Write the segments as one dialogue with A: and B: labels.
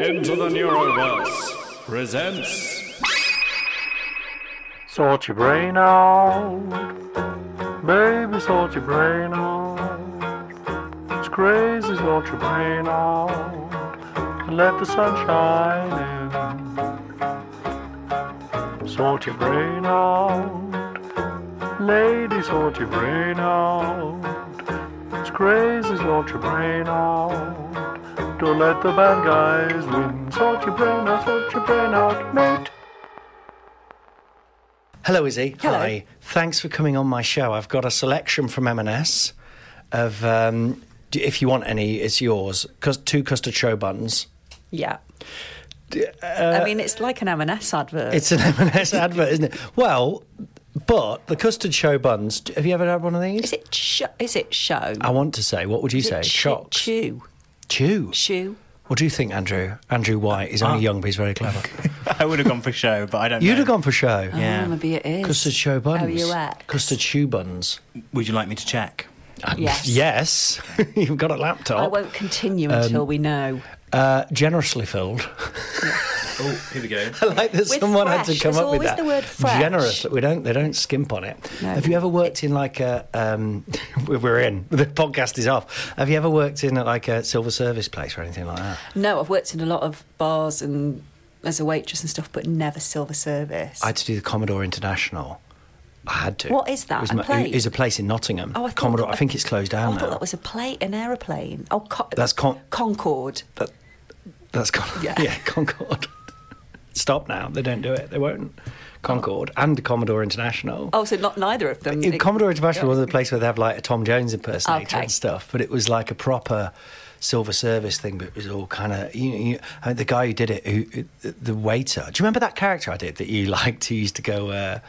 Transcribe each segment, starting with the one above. A: Into the Neuroverse presents
B: Sort your brain out. Baby, sort your brain out. It's crazy, sort your brain out. And let the sunshine in. Sort your brain out. Lady, sort your brain out. It's crazy, sort your brain out. Don't let the bad guys win. Sort your brain out, sort your brain out, mate.
C: Hello, Izzy.
D: Hello.
C: Hi. Thanks for coming on my show. I've got a selection from M&S of, um, d- if you want any, it's yours. Cus- Two custard show buns.
D: Yeah. I mean, it's like an M&S advert.
C: uh, It's an M&S advert, isn't it? Well, but the custard show buns. d- Have you ever had one of
D: is
C: these?
D: it sh- is it show?
C: I want to say. What would you
D: Is
C: say?
D: it ch-
C: Shocks.
D: Chew.
C: Chew.
D: Chew.
C: What do you think, Andrew? Andrew White. He's
D: Ah.
C: only young, but he's very clever.
E: I would have gone for show, but I don't.
C: You'd
E: know.
C: have gone for show.
E: Yeah.
D: Oh, maybe it is.
C: Custard show buns.
D: Oh, you ex.
C: Custard shoe buns.
E: Would you like me to check?
D: Yes.
C: Yes. You've got a
D: I
C: laptop.
D: won't continue
C: Um,
D: until we know.
C: Uh, generously filled.
E: Oh, here we go.
C: I like that
D: With
C: someone had
D: fresh,
C: to come
D: there's
C: up with
D: always
C: that.
D: the word fresh.
C: Generous. We don't. They don't skimp on it.
D: No.
C: Have you ever worked in like a? Um, we're in. The podcast is off. Have you ever worked in at like a silver service place or anything like that?
D: No, I've worked in a lot of bars and as a waitress and stuff, but never silver service.
C: I had to do the Commodore International. I had to.
D: What is that?
C: It was,
D: A
C: my-
D: plate?
C: it was a place in Nottingham.
D: Oh, I thought-
C: Commodore. I think it's closed
D: Oh,
C: down
D: I
C: now.
D: thought that was a plane, an aeroplane. Oh, co-
C: That's con-
D: Concorde.
C: That's Con- yeah.
D: Yeah.
C: Concord. Stop now. They don't do it. They won't. Concord and Commodore International.
D: Oh, so not neither of them.
C: It-
D: It-
C: Commodore International was a place where they have like a Tom Jones impersonator
D: Okay.
C: and stuff, but it was like a proper silver service thing. But it was all kind of you know, you I mean, the guy who did it, who the- the waiter. Do you remember that character I did that you liked? Who used to go, uh,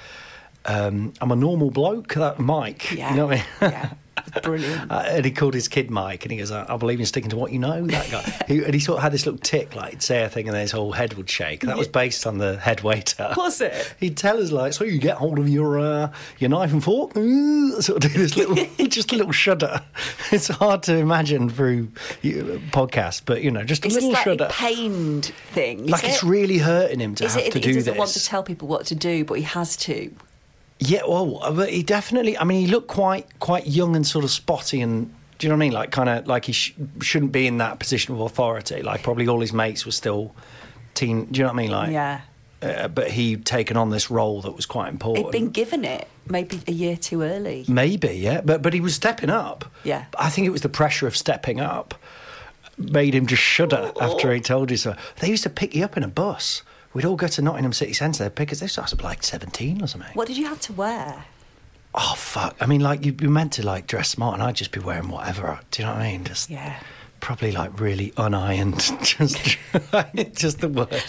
C: um, "I'm a normal bloke." That Mike,
D: Yeah.
C: you know what I mean?
D: yeah. Brilliant.
C: Uh, and he called his kid Mike, and he goes, "I, I believe in sticking to what you know." That guy, he, and he sort of had this little tick, like he'd say a thing, and then his whole head would shake. That was based on the head waiter.
D: Was it?
C: He'd tell us like, "So you get hold of your uh, your knife and fork," Ooh, sort of do this little, just a little shudder. It's hard to imagine through you, podcast, but you know, just a
D: It's a
C: little
D: slightly
C: shudder.
D: pained thing.
C: like
D: is
C: it's
D: it?
C: really hurting him to
D: Is
C: have to
D: it that
C: do
D: he doesn't
C: this.
D: want to tell people what to do, but he has to?
C: Yeah, well, uh, but he definitely. I mean, he looked quite quite young and sort of spotty, and do you know what I mean? Like, kind of like he sh- shouldn't be in that position of authority. Like, probably all his mates were still teen. Do you know what I mean? Like,
D: Yeah.
C: Uh, but he'd taken on this role that was quite important.
D: He'd been given it maybe a year too early.
C: Maybe, yeah, but but he was stepping up.
D: Yeah.
C: I think it was the pressure of stepping up made him just shudder after he told you so. They used to pick you up in a bus. We'd all go to Nottingham City Centre. They'd pick us. They started like seventeen or something.
D: What did you have to wear?
C: oh fuck i mean like you'd be meant to like dress smart and i'd just be wearing whatever do you know what i mean just
D: Yeah.
C: probably like really unironed just just the word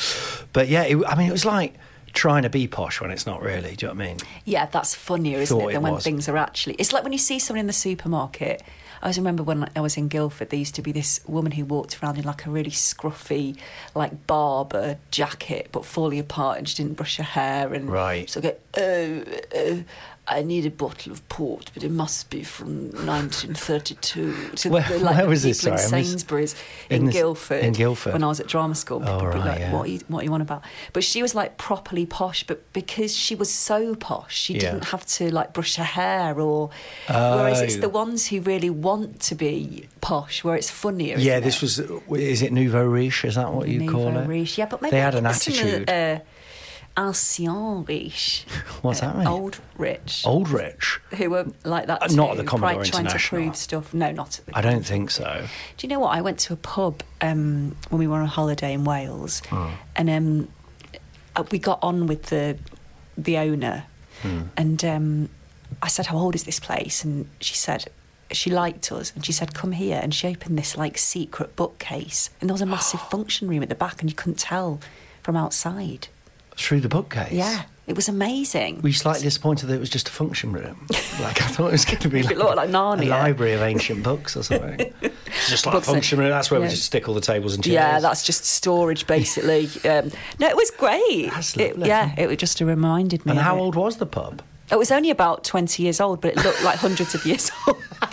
C: but yeah it, i mean it was like trying to be posh when it's not really do you know what i mean
D: Yeah, that's funnier, isn't
C: Thought
D: it,
C: it
D: than when
C: was.
D: things are actually. It's like when you see someone in the supermarket. I always remember when I was in Guildford, there used to be this woman who walked around in like a really scruffy, like barber jacket, but falling apart, and she didn't brush her hair, and
C: Right.
D: So go, oh, oh, I need a bottle of port, but it must be from 1932. So
C: Where-
D: they're
C: where was
D: the
C: this?
D: people
C: Sorry, I
D: in
C: missed-
D: Sainsbury's
C: in
D: in,
C: this-
D: Guildford.
C: in Guildford. Oh,
D: when I was at drama school, people would be
C: right,
D: like,
C: yeah.
D: "What are you what you want about. But she was like properly posh, but because she was so posh, she
C: Yeah.
D: didn't have to like brush her hair or. Whereas it's
C: Oh.
D: the ones who really want to be posh where it's funnier.
C: yeah
D: isn't
C: this
D: it?
C: was is it nouveau riche is that what you
D: Nouveau
C: call it
D: riche. Yeah, but maybe
C: they had an
D: it's similar,
C: attitude
D: Uh, ancien riche.
C: What's that mean?
D: Old rich.
C: old rich
D: Who were like that
C: Uh,
D: too,
C: not at the Commodore
D: right, trying to
C: International.
D: prove stuff. No, not at the
C: i don't think so
D: do you know what? I went to a pub um, when we were on holiday in Wales,
C: Oh.
D: and um, uh, we got on with
C: Hmm.
D: the the owner, and um, I said, "How old is this place?" And she said, she liked us and she said, Come here. And she opened this like secret bookcase. And there was a massive function room at the back and you couldn't tell from outside.
C: through the bookcase.
D: Yeah. It was amazing.
C: Were you slightly disappointed that it was just a function room? Like I thought it was going to be like,
D: It looked like Narnia.
C: a library of ancient books or something. it's just like
D: Books
C: a
D: and-
C: function room. That's where we
D: yeah.
C: just stick all the tables and chairs.
D: Yeah, that's just storage basically. um, no, it was great.
C: That's
D: It-
C: lovely.
D: yeah, it was just a reminded me.
C: And
D: of
C: how
D: it.
C: old was the pub?
D: Oh, It was only about twenty years old, but it looked like hundreds of years old.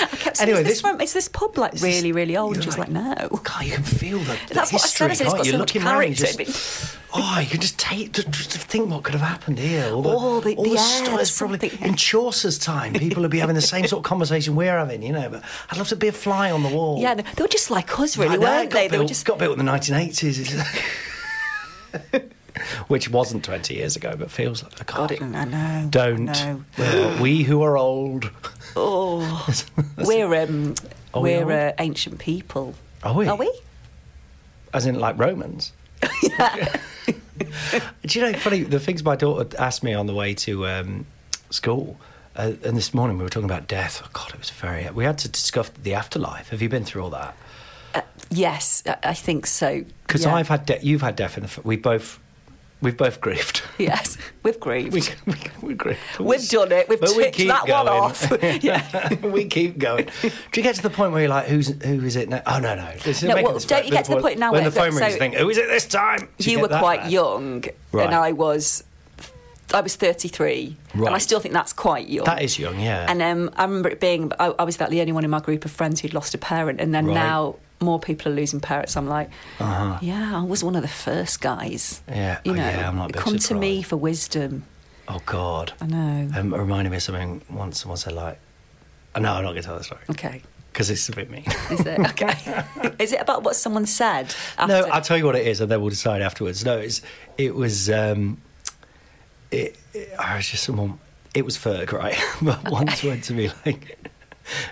D: I kept saying,
C: Anyway,
D: is
C: this-
D: this, from, is this pub like
C: Is this-
D: really, really old?
C: You're
D: And She's like,
C: like,
D: no.
C: God, you can feel the, the
D: That's what I
C: history,
D: said, I said it's
C: can't
D: got
C: you?
D: so much
C: Looking round, you
D: character.
C: just- oh, you can just take just, just think what could have happened here. All the,
D: All the-
C: all the
D: yeah,
C: stuff
D: there's
C: is probably
D: something-
C: in Chaucer's time. People would be having the same sort of conversation we're having, you know. But I'd love to be a fly on the wall.
D: Yeah, they they were just like us, really,
C: Like that,
D: weren't
C: got
D: they? They
C: Built,
D: were just
C: got built in the 1980s. It's- Which wasn't 20 years ago, but feels like. God,
D: God, it, I know.
C: Don't.
D: No.
C: Well, we who are old.
D: Oh, we're um,
C: Are we
D: we're
C: old?
D: uh, ancient people.
C: Are we?
D: Are we?
C: As in, like Romans. Do you know, funny, the things my daughter asked me on the way to um, school, uh, and this morning we were talking about death. Oh, God, it was very. We had to discuss the afterlife. Have you been through all that?
D: Yes, I, I think so.
C: Because
D: Yeah.
C: I've had death, you've had death, and f- we both. We've both grieved.
D: Yes, we've grieved.
C: We, we, we grieved. But
D: We've done it. We've
C: but we
D: ticked
C: keep
D: that one
C: going.
D: off. Yeah.
C: we keep going. Do you get to the point where you're like, who's who is it now? Oh no, no. This is
D: No,
C: making
D: well,
C: us
D: don't
C: right
D: you get to the point now
C: when
D: where-
C: the phone
D: so-
C: rings? you think, who is it this time? Do
D: you
C: get
D: were
C: that
D: quite
C: bad?
D: young,
C: Right.
D: and I was. I was 33, and I
C: Right.
D: still think that's quite young.
C: That is young, yeah.
D: And um, I remember it being, I, I was like the only one in my group of friends who'd lost a parent, and then
C: Right. Uh-huh.
D: now more people are losing parents. I'm like, yeah, I was one of the first guys.
C: Yeah,
D: you
C: oh,
D: know,
C: yeah, I'm not a bit
D: come to me
C: surprised.
D: for wisdom.
C: oh God.
D: I know.
C: Um, it reminded me of something once. Someone said like, oh, no, I'm not going to tell the story
D: Okay,
C: because it's a bit mean.
D: is it okay? is it about what someone said? After?
C: No, I'll tell you what it is, and then we'll decide afterwards. No, it's it was um, it, it. I was just someone. It was Ferg, right? but once went to me like,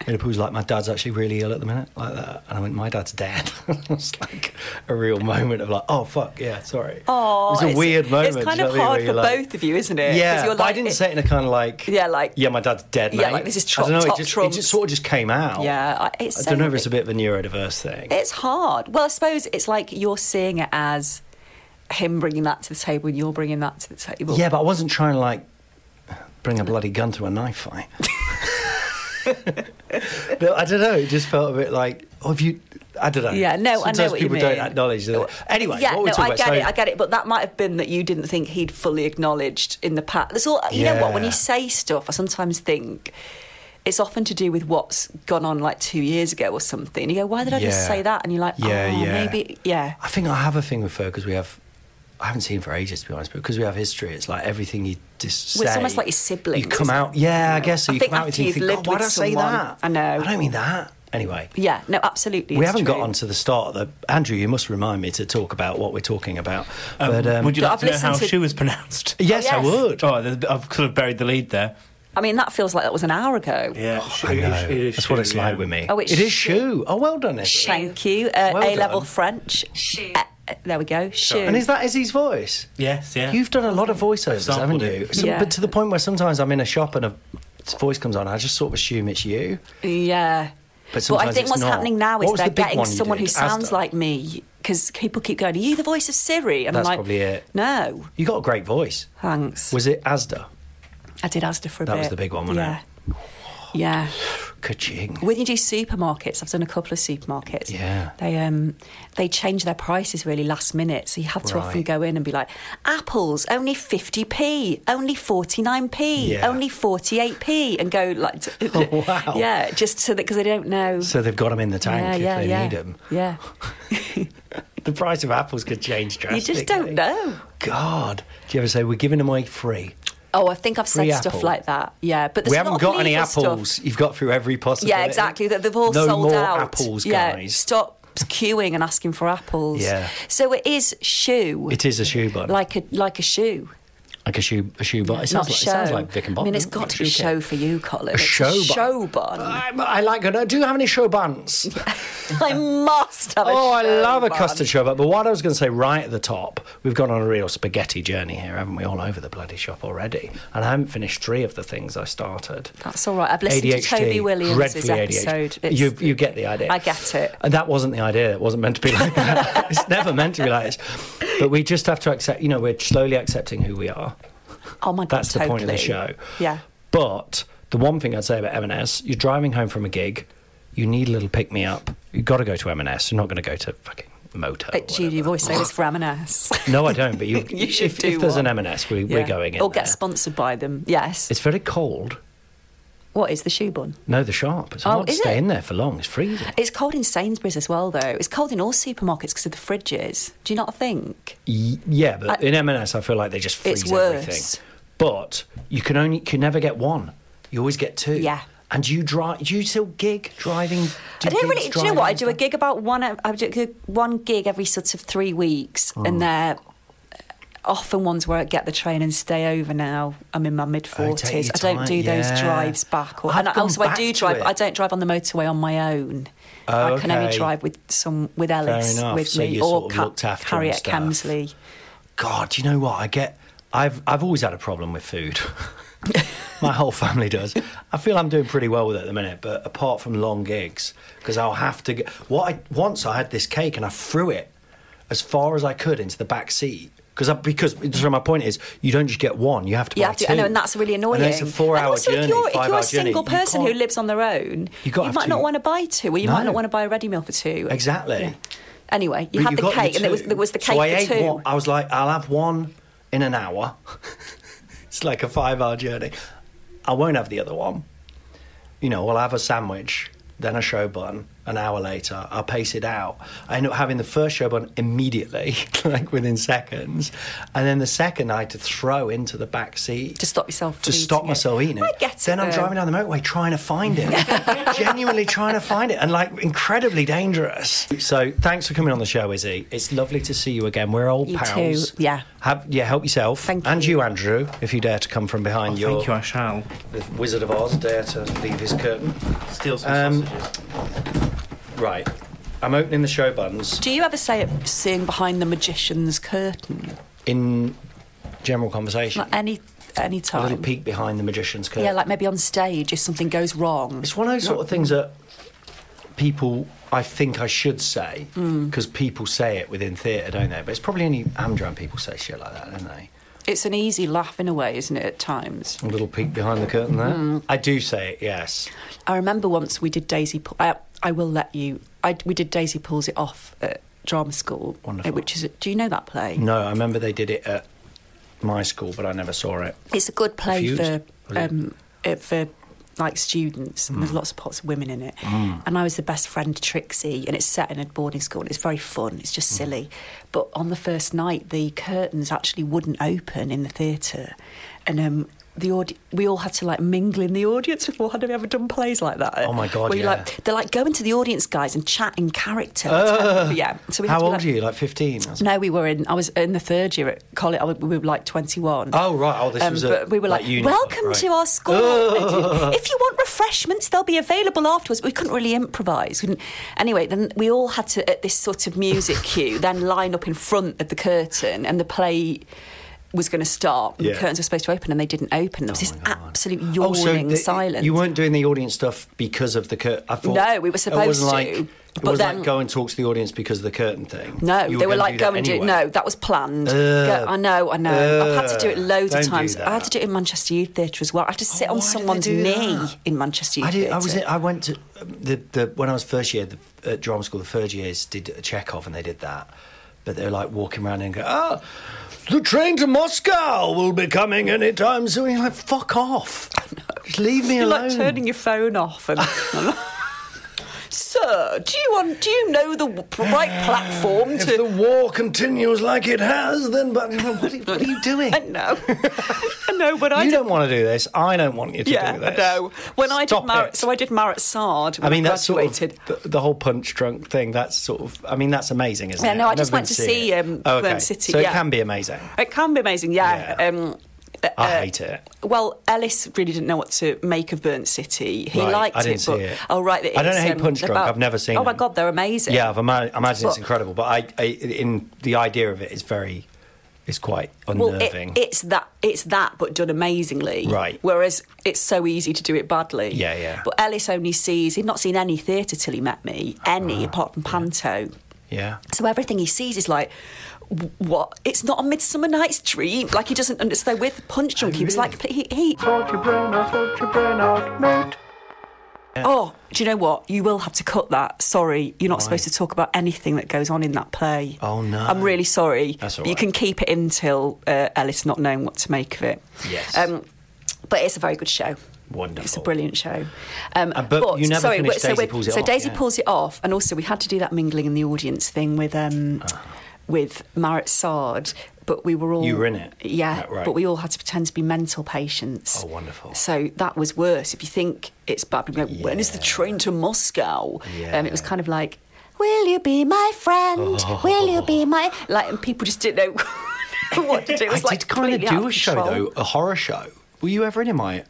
C: and it was like, my dad's actually really ill at the minute, like that. And I went, my dad's dead. it was like a real moment of like, oh fuck, yeah, sorry.
D: Aw,
C: it was a
D: it's-
C: weird moment.
D: It's
C: do
D: kind
C: you know what
D: of
C: I mean,
D: hard
C: where
D: for
C: you're like-
D: both of you, isn't it? 'Cause
C: Yeah,
D: you're
C: but I
D: like-
C: didn't
D: it-
C: say it in a kind of like,
D: Yeah, like-
C: yeah, my dad's dead.
D: Yeah,
C: mate."
D: like this is
C: I don't know.
D: top
C: It just, it
D: trumps.
C: just sort of just came out.
D: Yeah, I- it's
C: I
D: so
C: don't know if it's
D: lovely.
C: a bit of a neurodiverse thing.
D: It's hard. Well, I suppose it's like you're seeing it as him bringing that to the table and you're bringing that to the table.
C: Yeah, but I wasn't trying to like bring a bloody gun to a knife fight. no, I don't know. It just felt a bit like, oh, if you, I don't know.
D: Yeah, no,
C: Sometimes
D: I know what you
C: people
D: mean.
C: don't acknowledge that. uh, Anyway,
D: yeah,
C: what were we
D: no,
C: talking
D: I
C: about?
D: get
C: So-
D: it, I get it, but that might have been that you didn't think he'd fully acknowledged in the past. That's all. You know what? When
C: Yeah.
D: you say stuff, I sometimes think it's often to do with what's gone on like two years ago or something. You go, why did I just
C: Yeah.
D: say that? And you're like,
C: Yeah,
D: oh,
C: yeah.
D: maybe, yeah.
C: I think I have a thing with Ferg because we have. I haven't seen him for ages, to be honest, but because we have history, it's like everything you just
D: Well, it's
C: say,
D: almost like your siblings,
C: You come
D: isn't
C: out, yeah, I
D: know.
C: guess so.
D: I
C: You
D: think
C: come out
D: after
C: with you
D: you've
C: think,
D: lived
C: oh, why
D: with
C: did I say
D: someone-
C: that?
D: I know.
C: I don't mean that. Anyway,
D: Yeah, no, absolutely.
C: we
D: it's
C: haven't got
D: true.
C: on to the start. That Andrew, you must remind me to talk about what we're talking about. but um,
E: Would you like
D: I've
E: to know how
D: listened to-
E: she was pronounced?
C: Yes,
D: Oh,
C: I
D: yes.
C: would.
E: Oh, there's- I've sort of buried the lead there.
D: I mean, that feels like that was an hour ago.
E: Yeah,
C: Oh, I know. That's what it's like with me.
D: Oh, it's
C: it is
D: shoe.
C: shoe. Oh, well done, Izzy.
D: Thank you. Uh,
C: Well
D: A level
C: done.
D: French.
F: Shoe.
D: Uh, uh, there we go. Shoe.
C: And is that Izzy's voice?
E: Yes, yeah.
C: You've done a lot of voiceovers, haven't
E: Sampled
C: you?
E: it.
C: So-
D: Yeah.
C: But to the point where sometimes I'm in a shop and a voice comes on, I just sort of assume it's you.
D: Yeah.
C: But
D: Well, I
C: sometimes
D: think
C: it's
D: what's
C: not.
D: happening now
C: What
D: is
C: was
D: they're
C: the big
D: getting
C: one you
D: someone who
C: did?
D: sounds
C: Asda.
D: like me because people keep going, Are you the voice of Siri? And
C: That's
D: I'm like,
C: probably it.
D: No,
C: You got a great voice.
D: thanks.
C: Was it Asda?
D: I did Asda for a bit.
C: That was the big one, wasn't
D: yeah. Yeah.
C: Ka-ching.
D: When you do supermarkets, I've done a couple of supermarkets.
C: Yeah.
D: They um they change their prices really last minute, so you have to often
C: Right.
D: go in and be like, apples only fifty p, only forty nine p,
C: Yeah.
D: only forty eight p, and go like,
C: Oh, wow.
D: yeah, just so that because they don't know.
C: So they've got them in the tank
D: yeah,
C: if
D: yeah,
C: they
D: yeah.
C: need them.
D: Yeah.
C: The price of apples could change
D: You
C: drastically.
D: just don't know.
C: God. Do you ever say, we're giving them away free?
D: Oh, I think I've said
C: Free
D: stuff
C: apple.
D: like that. Yeah, but there's
C: we
D: a
C: haven't
D: lot
C: got
D: of
C: any
D: legal stuff.
C: apples. You've got through every possibility.
D: Yeah, exactly. That they've all
C: no
D: sold
C: more
D: out.
C: apples,
D: yeah,
C: guys.
D: stop queuing and asking for apples.
C: Yeah.
D: So it is shoe.
C: It is a shoe bun.
D: like a like a shoe.
C: like a shoe a shoe bar. It sounds,
D: Not
C: like,
D: show.
C: it sounds like Vic and Bob.
D: I mean, it's
C: doesn't
D: got
C: it?
D: to be
C: Shoe
D: show for you, Colin. It's
C: show bun.
D: show bun.
C: I, I like it. Do you have any show buns?
D: I must have a
C: Oh, I
D: show
C: love a
D: bun.
C: custard show bun. But what I was going to say right at the top, we've gone on a real spaghetti journey here, haven't we? All over the bloody shop already. And I haven't finished three of the things I started.
D: That's all right. I've listened to
C: ADHD,
D: Toby Williams'
C: dreadfully ADHD.
D: episode. It's-
C: You, you get the idea.
D: I get it.
C: And that wasn't the idea. It wasn't meant to be like that. it's never meant to be like this. But we just have to accept, you know, we're slowly accepting who we are.
D: Oh my god,
C: That's the point of the show.
D: totally. Yeah.
C: But the one thing I'd say about M&S, you're driving home from a gig, you need a little pick me up. You've got to go to M&S. You're not going to go to fucking Moto. or
D: But do you do voiceovers for M&S?
C: No, I don't. But you,
D: You should
C: if,
D: do
C: if there's
D: one.
C: an M&S, we,
D: Yeah.
C: we're going in.
D: Or get
C: there.
D: sponsored by them. Yes.
C: It's very cold.
D: what is the shoe bun?
C: No, the sharp. It's
D: Oh,
C: hard to
D: is
C: stay
D: it?
C: in there for long. It's freezing.
D: It's cold in Sainsbury's as well, though. It's cold in all supermarkets because of the fridges. Do you not think?
C: Y- yeah, but
D: I-
C: in M&S, I feel like they just freeze
D: It's worse.
C: everything. But you can only you can never get one. You always get two.
D: Yeah.
C: And do you drive? Do you still gig driving? Do
D: I don't
C: gigs
D: really. Do you know what? I do
C: driving
D: a
C: stuff?
D: gig about one. I do a gig- one gig every sort of three weeks,
C: Oh.
D: and they're uh, often ones where I get the train and stay over. Now I'm in my mid
C: Oh, take your
D: forties. I don't
C: time,
D: do
C: yeah.
D: those drives back, or
C: I've
D: and
C: gone
D: also I
C: back
D: do
C: to
D: drive.
C: it.
D: I don't drive on the motorway on my own.
C: Oh,
D: I can only
C: okay.
D: drive with some with Ellis
C: enough.
D: with
C: So
D: me
C: you're
D: or
C: sort of
D: Ca-
C: looked after and
D: Harriet
C: stuff.
D: Camsley.
C: God, do you know what? I get. I've I've always had a problem with food. My whole family does. I feel I'm doing pretty well with it at the minute, but apart from long gigs, because I'll have to get what I once I had this cake and I threw it as far as I could into the back seat. Because I, because so my point is, you don't just get one; you have to.
D: You
C: buy
D: have to,
C: two.
D: I know, and that's really annoying.
C: And it's a four-hour
D: And also,
C: journey.
D: if you're, if
C: five-hour
D: you're a
C: journey,
D: single
C: you
D: person who
C: can't-
D: lives on their own,
C: You
D: you,
C: gotta have
D: might
C: to-
D: not want to buy two, or you might
C: No.
D: not want to buy a ready meal for two.
C: Exactly.
D: Yeah. Anyway, you
C: But
D: had the
C: got
D: cake, and there was,
C: two.
D: there was the cake
C: so I
D: for
C: ate
D: two.
C: One, I was like, I'll have one in an hour. it's like a five-hour journey. I won't have the other one. You know, I'll have a sandwich, then a show bun. An hour later, I'll pace it out. I end up having the first show bun immediately, like within seconds, and then the second I had to throw into the back seat
D: To stop yourself from
C: to stop
D: eating it.
C: myself eating it.
D: I get it,
C: Then I'm
D: though.
C: driving down the motorway trying to find it, genuinely trying to find it, and like incredibly dangerous. So thanks for coming on the show, Izzy. It's lovely to see you again. We're old
D: You
C: pals.
D: too, yeah.
C: Have, yeah. Help yourself.
D: Thank
C: and
D: you.
C: you, Andrew, if you dare to come from behind your
E: Oh, Thank you, I shall.
C: the Wizard of Oz, dare to leave his curtain.
E: Steal some
C: Um,
E: sausages.
C: Right. I'm opening the show buns
D: Do you ever say it, seeing behind the magician's curtain?
C: in general conversation.
D: Like any any
C: a little
D: time?
C: peek behind the magician's curtain.
D: Yeah, like maybe on stage if something goes wrong.
C: It's one of those sort of things that people, I think I should say,
D: Mm.
C: because people say it within theatre, don't they? But it's probably only Amdram people say shit like that, don't they?
D: It's an easy laugh in a way, isn't it? At times.
C: A little peek behind the curtain there.
D: Mm.
C: I do say it, yes.
D: I remember once we did Daisy. Pull- I, I will let you. I, we did Daisy pulls it off at drama school. uh,
C: Wonderful.
D: Which is. Do you know that play?
C: No, I remember they did it at my school, but I never saw it.
D: It's a good play
C: Confused.
D: for um, uh, for like students, and
C: Mm.
D: there's lots of pots of women in it. And I was the best friend to Trixie, and it's set in a boarding school, and it's very fun. It's
C: Mm.
D: just silly, but on the first night, the curtains actually wouldn't open in the theatre, and um. The audi- we all had to like mingle in the audience before. Had we ever done plays like that?
C: Oh, my God,
D: Where you
C: yeah.
D: like they're like go into the audience, guys, and chat in character. yeah. So we had
C: How
D: to be
C: old
D: like-
C: are you? Like 15?
D: no, we were in. I was in the third year at college. I was, we were like twenty-one. Um,
C: Oh, right. Oh, this was a-
D: but we were
C: like
D: like,
C: uni,
D: welcome
C: right.
D: to our school. if you want refreshments, they'll be available afterwards. We couldn't really improvise. We didn't- anyway, then we all had to at this sort of music cue, then line up in front of the curtain, and the play. Was going to start. and
C: Yeah.
D: The curtains were supposed to open, and they didn't open. There was this absolute
C: Oh, so
D: yawning
C: the-
D: silence.
C: You weren't doing the audience stuff because of the curtain?
D: No, we were
C: it
D: supposed
C: wasn't
D: to,
C: Like, it
D: but
C: wasn't
D: then-
C: like go and talk to the audience because of the curtain thing.
D: No,
C: You
D: they were
C: gonna
D: like,
C: do
D: go
C: that
D: and do
C: anyway.
D: it. No, that was planned.
C: Ugh.
D: Go, I know, I know. I've had to do it
C: Ugh.
D: loads
C: uh, Don't
D: of
C: do
D: times. I had
C: that.
D: to do it in Manchester Youth Theatre as well. I had to sit
C: Oh,
D: on
C: why did they
D: someone's
C: do
D: knee
C: that?
D: in Manchester Youth
C: I did.
D: Theatre.
C: I was. I went to um, the, the when I was first year the, at drama school. The third years did a Chekhov, and they did that. But they were like walking around and go, ah, the train to Moscow will be coming any time soon. You're like, fuck off. Just leave me
D: You're
C: alone.
D: like turning your phone off and. Sir, do you want, do you know the w- right platform
C: if
D: to?
C: the war continues like it has, then but what, are you- what are you doing?
D: I know, I know. When I
C: You
D: did,
C: don't want to do this. I don't want you to
D: yeah,
C: do
D: I
C: this.
D: know. When I did
C: Stop
D: Mar-
C: it.
D: so I did Marat Sard.
C: I
D: when
C: mean, that's sort
D: graduated.
C: of the, the whole punch drunk thing. That's sort of. I mean, that's amazing, isn't
D: Yeah,
C: it?
D: no, I
C: I've
D: just
C: never
D: went
C: been
D: to
C: seen
D: see,
C: it.
D: um,
C: oh, okay.
D: um, City,
C: So it
D: yeah.
C: can be amazing.
D: It can be amazing, yeah.
C: Yeah.
D: Um,
C: I hate it.
D: Well, Ellis really didn't know what to make of Burnt City. He
C: Right,
D: liked
C: I didn't
D: it, but
C: see it.
D: oh right, that
C: I don't
D: it's,
C: hate Punch Drunk,
D: about-
C: I've never seen
D: Oh my
C: it.
D: god, they're amazing.
C: Yeah, I've ima- imagined it's
D: But-
C: incredible, but I, I in the idea of it is very is quite
D: Well, it-
C: unnerving.
D: it's that it's that, but done amazingly.
C: Right.
D: Whereas it's so easy to do it badly.
C: Yeah, yeah.
D: But Ellis only sees he'd not seen any theatre till he met me, any
C: Ah,
D: apart from Panto.
C: yeah.
D: So everything he sees is like, "W- what? It's not a Midsummer Night's Dream. Like he doesn't understand. With Punch Drunk, he was like, he, he
B: Sort your brain out, sort your brain out, mate.
D: Oh, do you know what? You will have to cut that. Sorry, you're not supposed to talk about anything that goes on in that play.
C: Oh, no.
D: I'm really sorry.
C: That's all
D: But You
C: right.
D: can keep it until uh, Ellis not knowing what to make of it.
C: Yes.
D: Um, but it's a very good show.
C: Wonderful.
D: It's a brilliant show. Um,
C: Uh, but you never finished
D: so,
C: Daisy Pulls It
D: so
C: Off,
D: Daisy
C: yeah.
D: pulls it off, and also we had to do that mingling in the audience thing with um, with Marat Sard. But we were all
C: Ah. You were in it?
D: yeah.
C: Right, right.
D: But we all had to pretend to be mental patients.
C: Oh, wonderful.
D: So that was worse. If you think it's bad, people go, when is the
C: Yeah.
D: train to Moscow? Um, it was
C: Yeah.
D: kind of like, will you be my friend? Will you be my... Like, and people just didn't know what to do. It
C: I
D: was like
C: did kind of
D: completely out
C: do a show
D: control.
C: though, a horror show. Were you ever in it, my?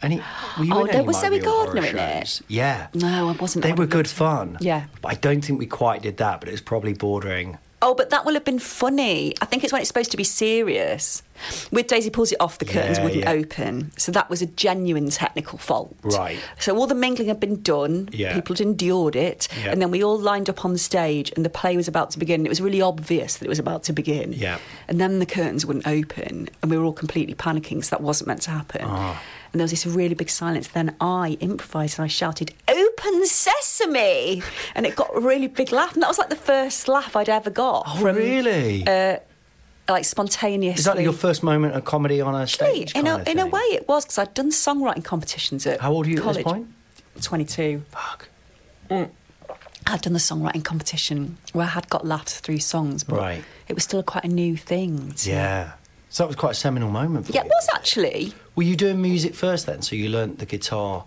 C: Any? Were you
D: Oh,
C: in
D: there
C: any
D: was
C: of my
D: Zoe
C: real horror
D: Gardner in it.
C: shows? Yeah.
D: No, I wasn't. I
C: They
D: would
C: were
D: have
C: good
D: loved-
C: fun.
D: Yeah.
C: But I don't think we quite did that. But it was probably bordering.
D: Oh, but that will have been funny. I think it's when it's supposed to be serious. With Daisy Pulls It Off, the curtains
C: Yeah,
D: wouldn't
C: yeah.
D: open. So that was a genuine technical fault.
C: Right.
D: So all the mingling had been done.
C: Yeah.
D: People had endured it.
C: Yeah.
D: And then we all lined up on stage and the play was about to begin. It was really obvious that it was about to begin.
C: Yeah.
D: And then the curtains wouldn't open and we were all completely panicking, so that wasn't meant to happen.
C: Ah.
D: And there was this really big silence. Then I improvised and I shouted, Open Sesame! And it got a really big laugh. And that was like the first laugh I'd ever got.
C: Oh,
D: from,
C: really?
D: Like spontaneously.
C: Is that your first moment of comedy on a
D: Actually,
C: stage?
D: in a,
C: kinda
D: in a
C: thing?
D: way, it was because I'd done songwriting competitions at
C: How old are you
D: college.
C: at this point?
D: 22.
C: Fuck.
D: I'd done the songwriting competition where I had got laughs through songs, but
C: Right.
D: it was still quite a new thing. to-
C: Yeah. So that was quite a seminal moment for
D: Yeah,
C: you.
D: it was actually.
C: Were you doing music first then? So you learnt the guitar.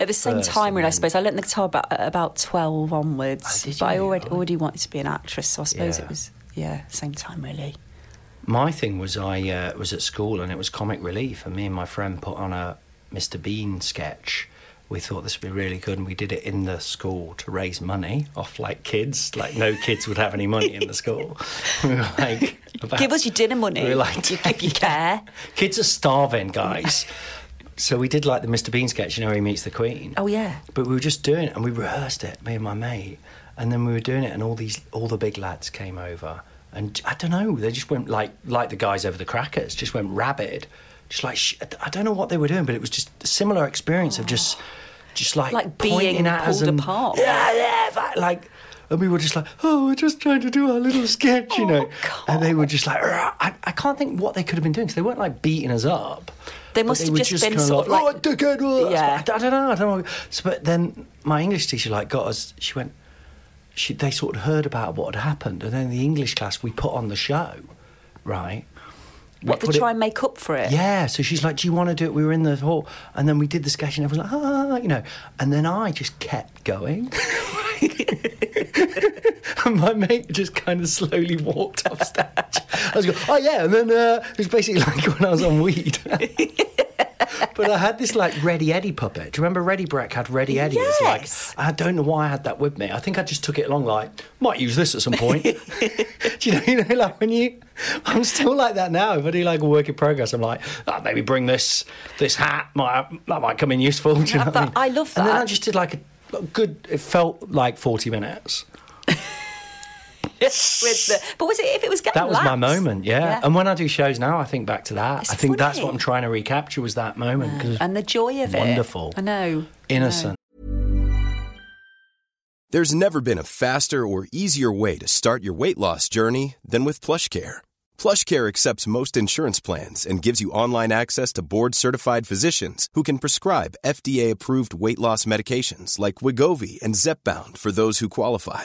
D: At the same
C: First
D: time,
C: and
D: really, I
C: then-
D: suppose I learnt the guitar about at about twelve onwards.
C: Oh, did
D: but I
C: you?
D: already
C: Right.
D: already wanted to be an actress, so I suppose
C: Yeah.
D: it was yeah, same time really.
C: My thing was I uh, was at school and it was comic relief, and me and my friend put on a Mr Bean sketch. We thought this would be really good, and we did it in the school to raise money off like kids. Like no kids would have any money in the school. We were like, about-
D: Give us your dinner money.
C: We were like,
D: if you care.
C: kids are starving, guys. so we did like the Mr Bean sketch. You know, where he meets the Queen.
D: Oh yeah.
C: But we were just doing it, and we rehearsed it, me and my mate, and then we were doing it, and all these, all the big lads came over, and I don't know, they just went like, like the guys over the crackers, just went rabid, just like sh- I don't know what they were doing, but it was just a similar experience of just, just like,
D: Like being
C: pointing at us
D: pulled
C: and-
D: apart.
C: yeah, yeah, that- like. And we were just like, oh, we're just trying to do our little sketch,
D: Oh,
C: you know. And they were just like, "Argh." I, I can't think what they could have been doing because they weren't like beating us up.
D: They
C: but
D: must have
C: were
D: just been
C: kinda
D: sort of like-
C: "Oh, dickhead, oh."
D: Yeah.
C: I I don't know. I don't know. So, but then my English teacher like got us. She went. She they sort of heard about what had happened, and then in the English class we put on the show, right? We
D: What to
C: put it-
D: try and make up for it.
C: yeah, so she's like, "Do you want to do it?" We were in the hall, and then we did the sketch, and everyone was like, "Ah," you know. And then I just kept going, and my mate just kind of slowly walked off stage. I was going, "Oh yeah," and then uh, it was basically like when I was on weed. But I had this like Ready Eddie puppet. Do you remember Ready Breck had Ready Eddie? It
D: Yes.
C: was like I don't know why I had that with me. I think I just took it along. Like might use this at some point. do you know? You know, like when you, I'm still like that now. If I do like a work in progress, I'm like "Ah, maybe bring this this hat. Might that might come in useful. Do you know
D: That-
C: what I mean?
D: I love
C: And then
D: that.
C: I just did like a, a good. It felt like 40 minutes.
D: With the, but was it if it was getting
C: That was my
D: laughs?
C: moment, yeah. And when I do shows now, I think back to that.
D: It's
C: I think that's
D: funny.
C: what I'm trying to recapture was that moment because
D: and the joy of it.
C: wonderful.
D: I know.
C: innocent.
F: There's never been a faster or easier way to start your weight loss journey than with PlushCare. PlushCare accepts most insurance plans and gives you online access to board-certified physicians who can prescribe FDA-approved weight loss medications like Wigovi and Zepbound for those who qualify.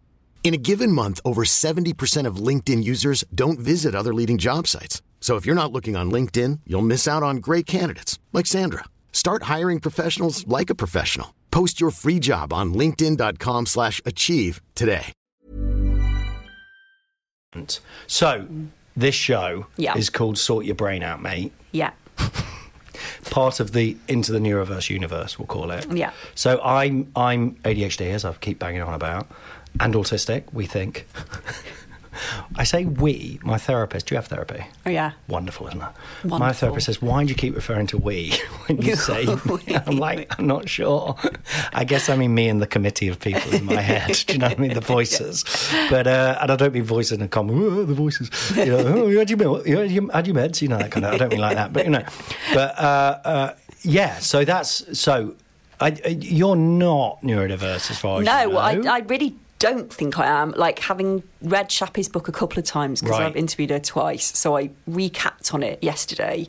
G: In a given month, over 70% of LinkedIn users don't visit other leading job sites. So if you're not looking on LinkedIn, you'll miss out on great candidates like Sandra. Start hiring professionals like a professional. Post your free job on linkedin.com/achieve slash achieve today.
C: So this show
D: Yeah.
C: is called Sort Your Brain Out, mate.
D: Yeah.
C: Part of the Into the Neuroverse universe, we'll call it.
D: Yeah.
C: So I'm I'm ADHD, as I keep banging on about, and autistic. We think. I say we. My therapist. Do you have therapy?
D: Oh, yeah.
C: Wonderful, isn't it? My
D: Wonderful.
C: therapist says, "Why do you keep referring to we when you say?" we?" I'm like, I'm not sure. I guess I mean me and the committee of people in my head. do you know what I mean? The voices, but uh, and I don't mean voices in a common. "Oh, the voices. You know, oh, you had your meds. You had your, had your meds. You know that kind of. I don't mean like that, but you know. But uh, uh, yeah, so that's so. I, I- you're not neurodiverse as far as you
D: No,
C: know.
D: I, I really don't think I am. Like having read Shappy's book a couple of times because
C: Right.
D: I've interviewed her twice, so I recapped on it yesterday,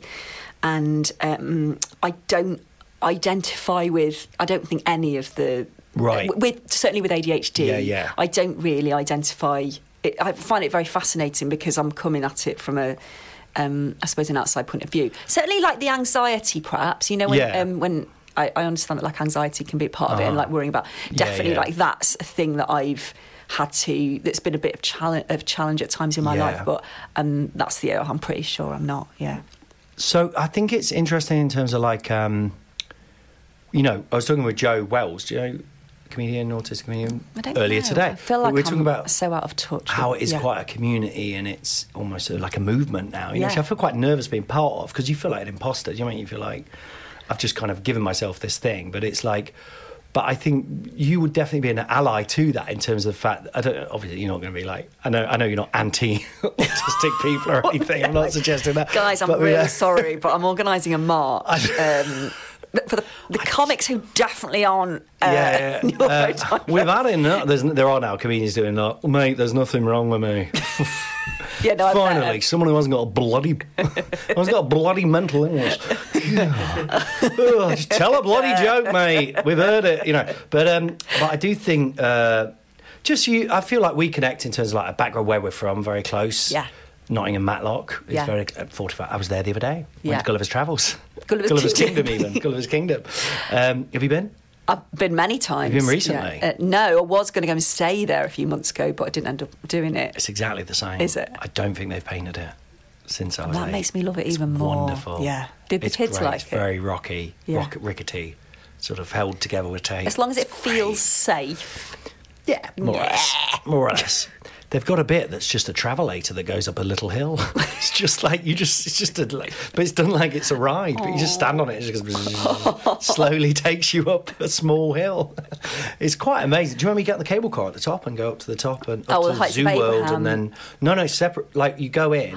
D: and um, I don't identify with. I don't think any of the
C: Right.
D: w- With certainly with ADHD,
C: Yeah, yeah.
D: I don't really identify. It, I find it very fascinating because I'm coming at it from a. Um, I suppose an outside point of view. Certainly, like the anxiety, perhaps you know when
C: Yeah. Uh-huh.
D: um, when I, I understand that like anxiety can be part of it and like worrying about
C: Yeah,
D: definitely
C: yeah.
D: like that's a thing that I've had to that's been a bit of challenge of challenge at times in my
C: Yeah.
D: life but um that's the I'm pretty sure I'm not yeah
C: So I think it's interesting in terms of like, um, you know, I was talking with Joe Wells, do you know, comedian, autistic comedian,
D: I don't
C: earlier
D: know.
C: today.
D: I feel
C: But
D: like
C: we were
D: I'm
C: talking about
D: so out of touch
C: how
D: with-
C: it is
D: yeah.
C: quite a community and it's almost sort of like a movement now. You know,
D: Yeah.
C: so I feel quite nervous being part of because you feel like an imposter. Do you know what I mean? You feel like I've just kind of given myself this thing, but it's like. But I think you would definitely be an ally to that in terms of the fact. I don't. Obviously, you're not going to be like. I know. I know you're not anti-autistic people or anything. I'm not suggesting that,
D: Oh, guys I'm
C: But we uh,
D: really
C: are-
D: sorry but I'm organising a march um, for the, the comics who definitely aren't uh,
C: yeah, yeah. Uh,
D: neurodiverse.
C: we've had enough. There's, n- there are now comedians doing that. Mate, there's nothing wrong with me.
D: yeah, no, I bet.
C: Finally, someone who hasn't got a bloody, who's got a bloody mental illness. Ugh, just tell a bloody joke, mate. We've heard it, you know. But um, but I do think uh, just you. I feel like we connect in terms of like a background where we're from, very close.
D: Yeah.
C: Nottingham Matlock is
D: Yeah.
C: very uh, fortified. I was there the other day. Went
D: Yeah.
C: to Gulliver's Travels.
D: Gulliver's
C: Kingdom,
D: Kingdom.
C: even Gulliver's Kingdom. Um, have you been?
D: I've been many times
C: been
D: yeah.
C: recently?
D: Uh, no I was going to go and stay there a few months ago but I didn't end up doing it
C: It's exactly the same.
D: Is it?
C: I don't think they've painted it since I was.
D: That
C: eight.
D: makes me love it
C: It's
D: even more.
C: Wonderful.
D: Yeah. Did the
C: It's
D: kids
C: great.
D: like
C: It's
D: it?
C: Very rocky,
D: Yeah.
C: rock, rickety, sort of held together with tape.
D: as long as it
C: It's
D: feels safe
C: yeah, more or less, more or less. They've got a bit that's just a travelator that goes up a little hill. it's just like you just, it's just a, like, but it's done like it's a ride. But you just stand on it, and it just goes slowly takes you up a small hill. it's quite amazing. Do you remember you get on the cable car at the top and go up to the top and up
D: Oh,
C: to
D: the
C: the
D: Heights of
C: Zoo World,
D: Abraham.
C: and then no, no, separate. Like you go in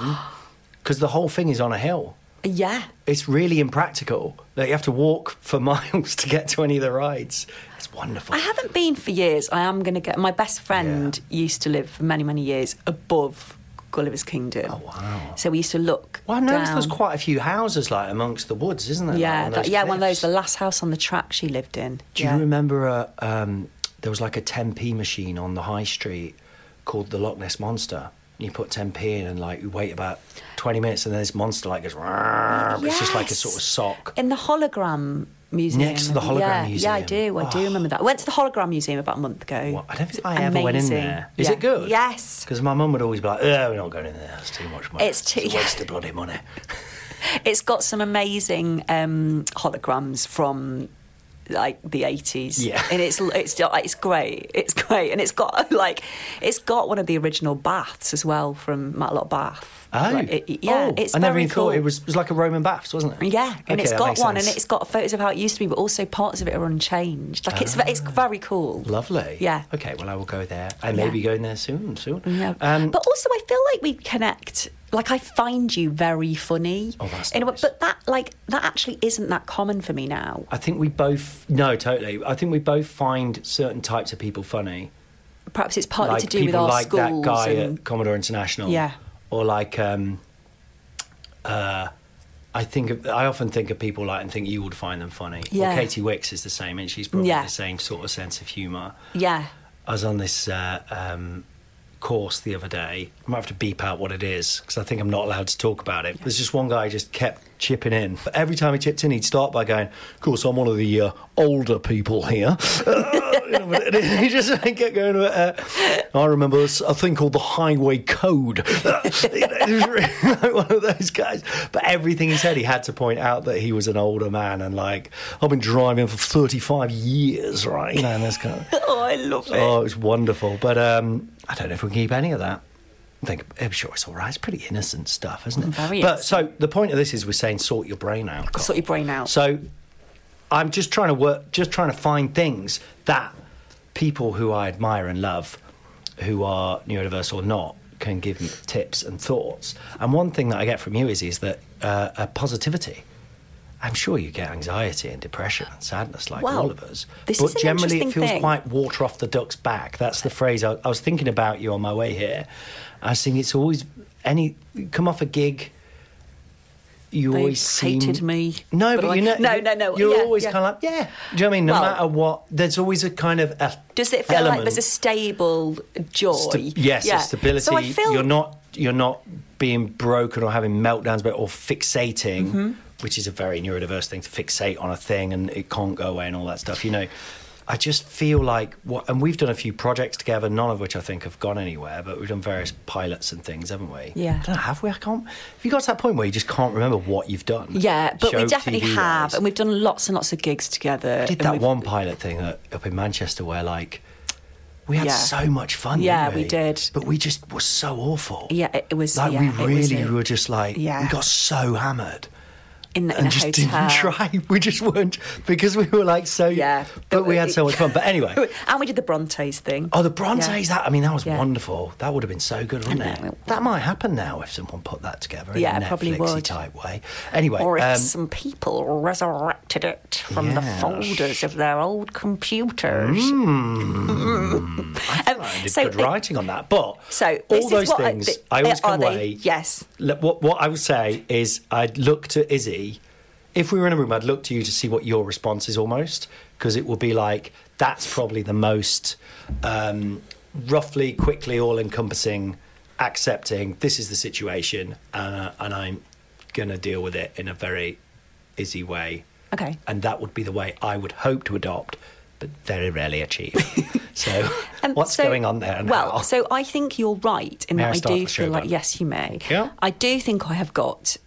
C: because the whole thing is on a hill.
D: yeah
C: it's really impractical that you have to walk for miles to get to any of the rides. It's wonderful.
D: I haven't been for years. I am going to get. My best friend used to live for many, many years above Gulliver's Kingdom. Oh
C: wow.
D: So we used to look.
C: Well, I noticed
D: down.
C: there's quite a few houses like amongst the woods, isn't there?
D: Yeah,
C: like,
D: that- yeah, one of those.
C: cliffs?
D: The last house on the track she lived in.
C: Do
D: yeah.
C: you remember a, um, there was like a 10p machine on the high street called the Loch Ness Monster? And you put 10p in and like you wait about 20 minutes and then this monster like goes, "Rrrr," but it's just like a
D: Yes.
C: sort of sock.
D: in the hologram museum
C: Next to the hologram
D: yeah, Yeah, I
C: museum.
D: do. I do
C: Oh.
D: remember that. I went to the hologram museum about a month ago.
C: Well, I don't think
D: It's
C: I ever went in
D: amazing.
C: there. Is
D: Yeah.
C: it good?
D: Yes.
C: Because my mum would always be like, oh, we're not going in there. It's too much money.
D: It's too-
C: a waste of bloody money.
D: It's got some amazing um, holograms from like the 80s
C: Yeah.
D: and it's it's it's great it's great and it's got like it's got one of the original baths as well from Matlock Bath
C: Oh,
D: Like, it- yeah
C: Oh,
D: it's
C: I never
D: very
C: even
D: cool.
C: thought it was, it was like a Roman baths, wasn't it?
D: yeah and
C: Okay,
D: it's
C: that
D: got
C: makes
D: one and
C: sense.
D: it's got photos of how it used to be but also parts of it are unchanged like it's ve-
C: Ah.
D: it's very cool
C: lovely.
D: Yeah.
C: Okay, well I will go there. I
D: Yeah.
C: may be going there soon. Soon.
D: Yeah.
C: Um,
D: but also, I feel like we connect. Like I find you very funny.
C: Oh, that's
D: In a way-
C: nice.
D: But that, like, that actually isn't that common for me now.
C: I think we both no, totally. I think we both find certain types of people funny.
D: perhaps it's partly
C: like
D: to do
C: people
D: with our
C: like that
D: schools.
C: guy
D: and,
C: at Commodore International,
D: Yeah.
C: or like um, uh, I think of, I often think of people like and think you would find them funny.
D: Yeah.
C: Or Katie Wicks is the same, and she's probably
D: Yeah.
C: the same sort of sense of humour.
D: yeah,
C: I was on this uh, um, course the other day. I might have to beep out what it is because I think I'm not allowed to talk about it. There's just one guy who just kept chipping in. But every time he chipped in, he'd start by going, "Of course, I'm one of the uh, older people here." You know, and he just kept going. Uh, I remember this- a thing called the Highway Code. it was really like one of those guys. But everything he said, he had to point out that he was an older man and like I've been driving for 35 years, right? You know, and this kind of.
D: oh, I love it.
C: Oh, it was wonderful. But um, I don't know if we can keep any of that. I think I'm sure it's all right. It's pretty innocent stuff, isn't it?
D: Very
C: but so the point of this is we're saying sort your brain out. Carl.
D: Sort your brain out.
C: So I'm just trying to work, just trying to find things that people who I admire and love, who are neurodiverse or not, can give me tips and thoughts. And one thing that I get from you is is that uh, uh, positivity. I'm sure you get anxiety and depression and sadness like
D: Well,
C: all of us.
D: this
C: but
D: is an
C: generally,
D: interesting
C: it feels
D: thing.
C: quite water off the duck's back. That's the phrase I, I was thinking about you on my way here. I was thinking it's always any come off a gig. You
D: They
C: always seem-
D: hated me,
C: No,
D: but
C: but,
D: I-
C: you know,
D: No, no, no,
C: You're
D: yeah,
C: always
D: yeah.
C: kind of like, yeah. Do you know what I mean? No
D: Well-
C: matter what, there's always a kind of a
D: Does it feel like there's
C: element.
D: a stable joy?
C: Sta- yes,
D: Yeah.
C: a stability.
D: So I feel
C: You're not you're not being broken or having meltdowns about or fixating,
D: Mm-hmm.
C: which is a very neurodiverse thing to fixate on a thing and it can't go away and all that stuff. You know, I just feel like what, and we've done a few projects together, none of which I think have gone anywhere, but we've done various pilots and things, haven't we?
D: Yeah.
C: I don't know, have we? I can't. Have you got to that point where you just can't remember what you've done?
D: Yeah, but we
C: Show
D: definitely
C: TV
D: have,
C: wise?
D: and we've done lots and lots of gigs together.
C: did
D: and
C: that
D: we've-
C: one pilot thing uh, up in Manchester where like we had
D: Yeah.
C: so much fun.
D: Yeah,
C: didn't
D: we
C: we?
D: did.
C: But we just were so awful.
D: Yeah, it- it was-
C: like
D: yeah,
C: we
D: it was
C: really
D: a-
C: were just like
D: Yeah.
C: we got so hammered.
D: in, the, in
C: And
D: a
C: just
D: hotel.
C: didn't try. We just weren't because we were like so.
D: Yeah,
C: But we had so much fun. But anyway,
D: and we did the Brontes thing.
C: oh, the Brontes. That I mean, that was
D: Yeah.
C: wonderful. That would have been so good, wouldn't
D: know,
C: it?
D: it would.
C: That might happen now if someone put that together. In
D: Yeah,
C: a
D: it probably
C: Netflixy
D: would.
C: type way. Anyway,
H: Or if
C: um,
H: some people resurrected it from the
C: Yes.
H: folders of their old computers.
C: Mm.
D: Um,
C: I did
D: so
C: good
D: it-
C: writing on that. But
D: So this
C: all
D: is
C: those
D: what I-
C: things,
D: th-
C: I, always
D: are
C: come
D: they-
C: away.
D: yes.
C: le- What what I would say is, I'd look to Izzy. If we were in a room, I'd look to you to see what your response is almost, because it will be like that's probably the most um, roughly, quickly, all-encompassing, accepting. This is the situation, uh, and I'm gonna deal with it in a very Izzy way
D: Okay.
C: and that would be the way I would hope to adopt, but very rarely achieve. so,
D: Um,
C: what's
D: so-
C: going on there? and
D: well,
C: how?
D: so I think you're right in
C: May I
D: that I,
C: start
D: do
C: the show
D: feel like
C: button?
D: yes, you may.
C: Yeah.
D: I do think I have got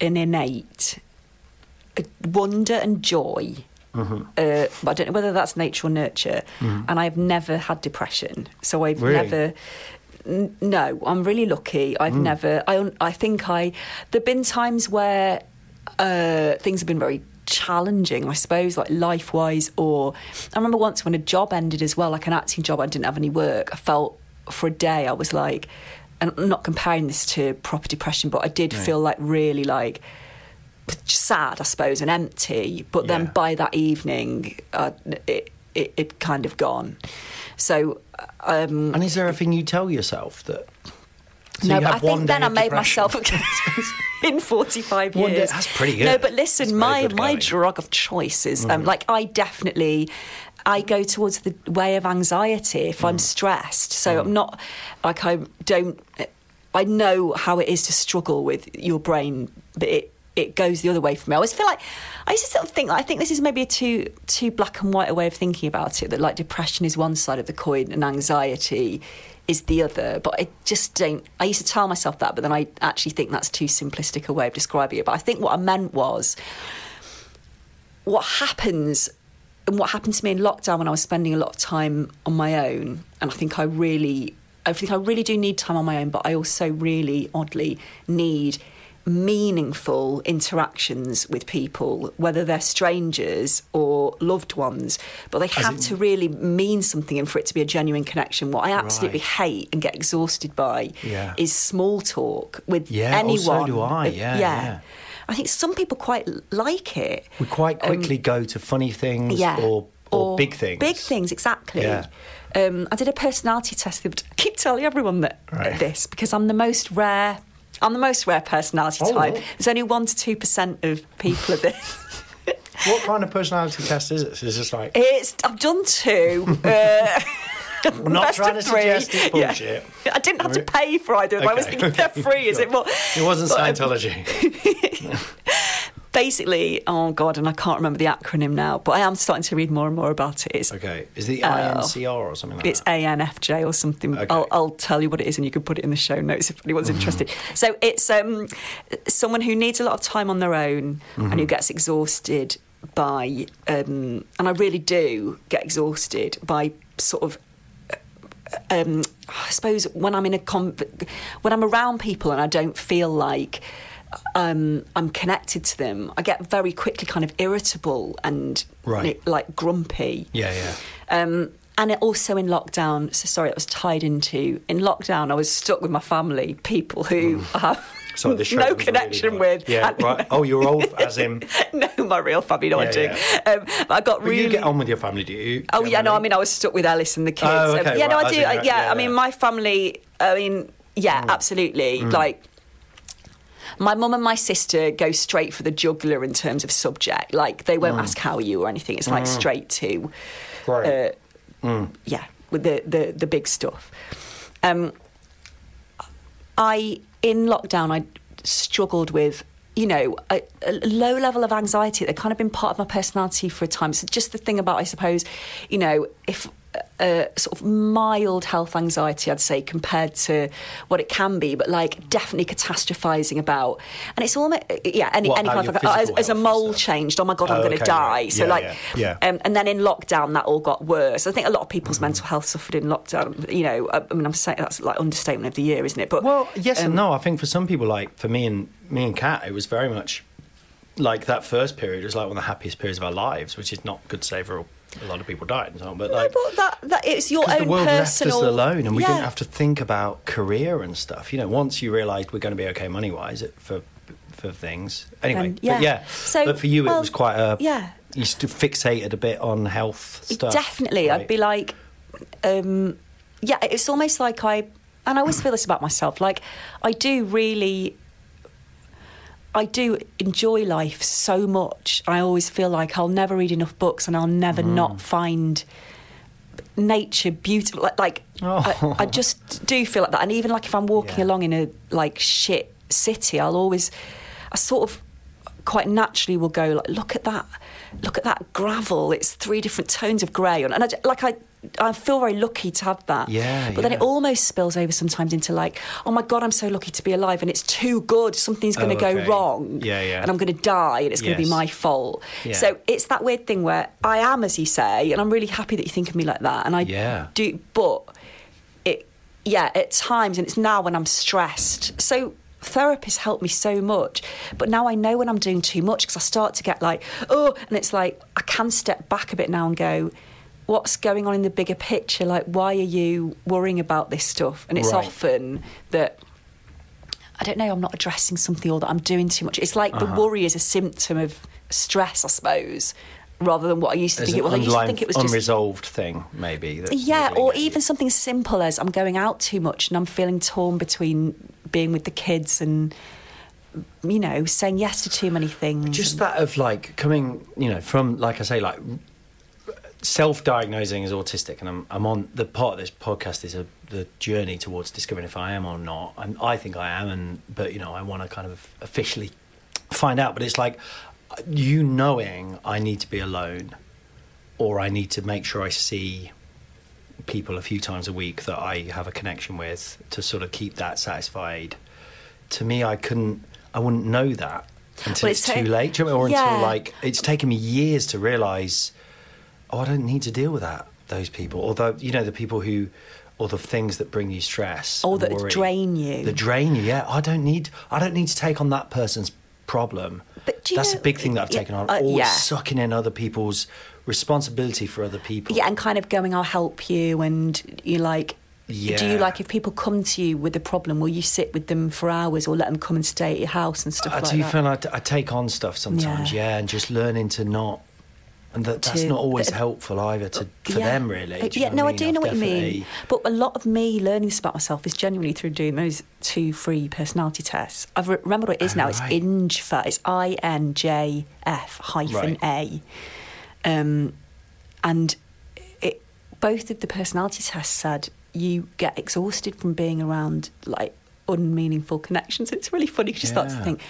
D: an innate uh, wonder and joy. Uh, but I don't know whether that's nature or nurture. And I've never had depression, so I've
C: Really?
D: never. n- No, I'm really lucky. I've never. I I think I. There've been times where uh, things have been very challenging, I suppose, like life wise. Or I remember once when a job ended as well, like an acting job, I didn't have any work. I felt for a day, I was like, and I'm not comparing this to proper depression, but I did feel like really like sad, I suppose, and empty. But then
C: Yeah.
D: by that evening, uh, it, it it kind of gone. So um,
C: and is there a thing you tell yourself that? So
D: no,
C: you
D: but
C: have
D: um, I
C: one
D: think then
C: day
D: I
C: of
D: made
C: depression.
D: myself in 45
C: One day-
D: years.
C: that's pretty
D: No,
C: good.
D: but listen,
C: That's very
D: my
C: good
D: my
C: going.
D: drug of choice is um, like I definitely. I go towards the way of anxiety if I'm stressed. So I'm not like I don't. I know how it is to struggle with your brain, but it it goes the other way for me. I always feel like I used to sort of think. I think this is maybe a too too black and white a way of thinking about it. That like depression is one side of the coin and anxiety is the other. But I just don't. I used to tell myself that, but then I actually think that's too simplistic a way of describing it. But I think what I meant was what happens and what happened to me in lockdown when I was spending a lot of time on my own, and I think I really, I think I really do need time on my own, but I also really oddly need meaningful interactions with people, whether they're strangers or loved ones, but they have to really mean something and for it to be a genuine connection. What I absolutely hate and get exhausted by
C: Yeah.
D: is small talk with
C: Yeah, oh,
D: anyone.
C: so do I, yeah, yeah.
D: I think some people quite l- like it.
C: We quite quickly go to funny things
D: um, yeah.
C: or Or big things.
D: Big things, exactly.
C: Yeah.
D: Um, I did a personality test. the other day. I keep telling everyone that
C: Right.
D: this because I'm the most rare. I'm the most rare personality
C: Oh.
D: type. There's only one to two percent of people of this.
C: What kind of personality test is it? Is this like
D: It's I've done two. Uh,
C: I'm not
D: best
C: trying to
D: of three.
C: suggest it's
D: Yeah.
C: bullshit?
D: I didn't have to pay for either of them. I was
C: Okay.
D: thinking they're free. Is it more?
C: It wasn't
D: But, um,
C: Scientology.
D: basically, oh god, and I can't remember the acronym now, but I am starting to read more and more about it. It's
C: okay, is the INCR or something like
D: Oh. It's
C: that?
D: ANFJ or something.
C: Okay. Mm-hmm.
D: I'll, I'll tell you what it is, and you can put it in the show notes if anyone's interested. So it's um, someone who needs a lot of time on their own
C: Mm-hmm.
D: and who gets exhausted by, um, and I really do get exhausted by sort of. uh, Um, I suppose when I'm in a conv- when I'm around people and I don't feel like um, I'm connected to them, I get very quickly kind of irritable and
C: Right.
D: like grumpy.
C: yeah, yeah.
D: Um, and it also in lockdown, so sorry, it was tied into. In lockdown, I was stuck with my family, people who I have
C: Mm. So this show
D: no
C: was really
D: connection
C: hard.
D: with.
C: Yeah,
D: And-
C: right. Oh, you're old as in.
D: no, my real family, no, I
C: Yeah,
D: do.
C: yeah.
D: Um, but I got
C: But
D: really.
C: you get on with your family, do you?
D: Oh yeah, no. I
C: Generally?
D: mean, I was stuck with Alice and the kids.
C: Oh,
D: Um,
C: okay,
D: yeah, no,
C: right,
D: I
C: as
D: do.
C: in
D: I-
C: that-
D: yeah,
C: yeah,
D: I
C: yeah.
D: mean,
C: Mm.
D: my family. I mean, yeah, absolutely. Like. My mum and my sister go straight for the jugular in terms of subject. Like they
C: Mm.
D: won't ask how are you or anything. It's like straight to,
C: Right.
D: uh,
C: Mm.
D: yeah, with the the, the big stuff. Um, I in lockdown I struggled with you know a, a low level of anxiety that kind of been part of my personality for a time. So just the thing about I suppose you know if uh, sort of mild health anxiety I'd say compared to what it can be, but like definitely catastrophizing about and it's almost yeah any,
C: What,
D: any
C: how
D: kind of
C: your
D: like, oh, as,
C: physical
D: as a
C: health
D: mole
C: and stuff?
D: changed. Oh my god, I'm
C: Oh,
D: going to
C: okay,
D: die.
C: right.
D: So
C: Yeah,
D: like
C: yeah, yeah.
D: um, and then in lockdown, that all got worse. I think a lot of
C: Mm.
D: people's mental health suffered in lockdown. You know, uh, I, I mean, I'm saying that's like understatement of the year, isn't it? But
C: Well, yes and no. I think for some people, like for me and me and Kat, it was very much like that first period was like one of the happiest periods of our lives, which is not good to say for a lot of people died and so on. But
D: no,
C: like,
D: but that, that it's your
C: because
D: own
C: the world
D: personal.
C: left us alone and we
D: yeah.
C: didn't have to think about career and stuff. You know, once you realised we're going to be okay money wise for for things. Anyway,
D: And-
C: but yeah.
D: So,
C: but for you,
D: well,
C: it was quite a
D: yeah.
C: You st- fixated a bit on health stuff.
D: Definitely, I'd
C: right?
D: be like, um, yeah, it's almost like I, and I always feel this about myself. Like, I do really, I do enjoy life so much. I always feel like I'll never read enough books, and I'll never
C: Mm.
D: not find nature beautiful. Like, like
C: Oh.
D: I, I just do feel like that. And even like if I'm walking
C: Yeah.
D: along in a like shit city, I'll always, I sort of quite naturally will go like, look at that, look at that gravel. It's three different tones of grey, and, and I, j- like I. I feel very lucky to have that.
C: Yeah,
D: But then it
C: yeah.
D: almost spills over sometimes into like, oh my God, I'm so lucky to be alive and it's too good. Something's going to
C: Oh,
D: go
C: okay.
D: wrong.
C: Yeah, yeah.
D: And I'm going to die and it's going to be
C: Yes.
D: my fault.
C: Yeah.
D: So it's that weird thing where I am, as you say, and I'm really happy that you think of me like that. And I
C: Yeah.
D: do, but it, yeah, at times, and it's now when I'm stressed. So therapists helped me so much, but now I know when I'm doing too much because I start to get like, oh, and it's like I can step back a bit now and go. What's going on in the bigger picture? Like, why are you worrying about this stuff? And it's
C: Right.
D: often that I don't know, I'm not addressing something or that I'm doing too much. It's like
C: Uh-huh.
D: the worry is a symptom of stress, I suppose, rather than what I used to
C: There's
D: think
C: an
D: it was. I used to
C: underlying
D: think it was just.
C: unresolved thing, maybe. that's
D: Yeah,
C: niggling
D: or
C: at you.
D: even something simple as I'm going out too much and I'm feeling torn between being with the kids and, you know, saying yes to too many things.
C: just that of like coming you know from like i say like self-diagnosing as autistic and i'm, I'm on the part of this podcast is a, the journey towards discovering if i am or not and i think i am and but you know i want to kind of officially find out but it's like you knowing i need to be alone or i need to make sure i see people a few times a week that i have a connection with to sort of keep that satisfied to me i couldn't i wouldn't know that until
D: Well,
C: it's,
D: it's ta-
C: too late do you know what I mean? or
D: Yeah.
C: until like it's taken me years to realize oh i don't need to deal with that those people although you know the people who or the things that bring you stress
D: Or
C: and
D: that
C: worry,
D: drain you.
C: that drain you yeah i don't need i don't need to take on that person's problem
D: But do you
C: that's
D: know-
C: a big thing that i've
D: yeah,
C: taken on
D: uh,
C: always
D: yeah.
C: sucking in other people's responsibility for other people
D: Yeah, and kind of going, I'll help you. And you like, do you
C: Yeah.
D: like if people come to you with a problem, will you sit with them for hours or let them come and stay at your house and stuff
C: I
D: like
C: Uh, do
D: that?
C: feel I, I take on stuff sometimes,
D: Yeah.
C: yeah. and just learning to not And that, that's
D: to-
C: not always
D: uh,
C: helpful either to, for
D: Yeah.
C: them, really.
D: Uh,
C: Do you
D: yeah, no, I
C: what
D: do
C: I've
D: know what you mean.
C: definitely-
D: But a lot of me learning this about myself is genuinely through doing those two free personality tests. I've re- remembered what it is now. It's
C: Ah, right.
D: INJF. It's I N J F hyphen A. Um, and it, both of the personality tests said you get exhausted from being around like unmeaningful connections. It's really funny because you start to
C: Yeah.
D: think,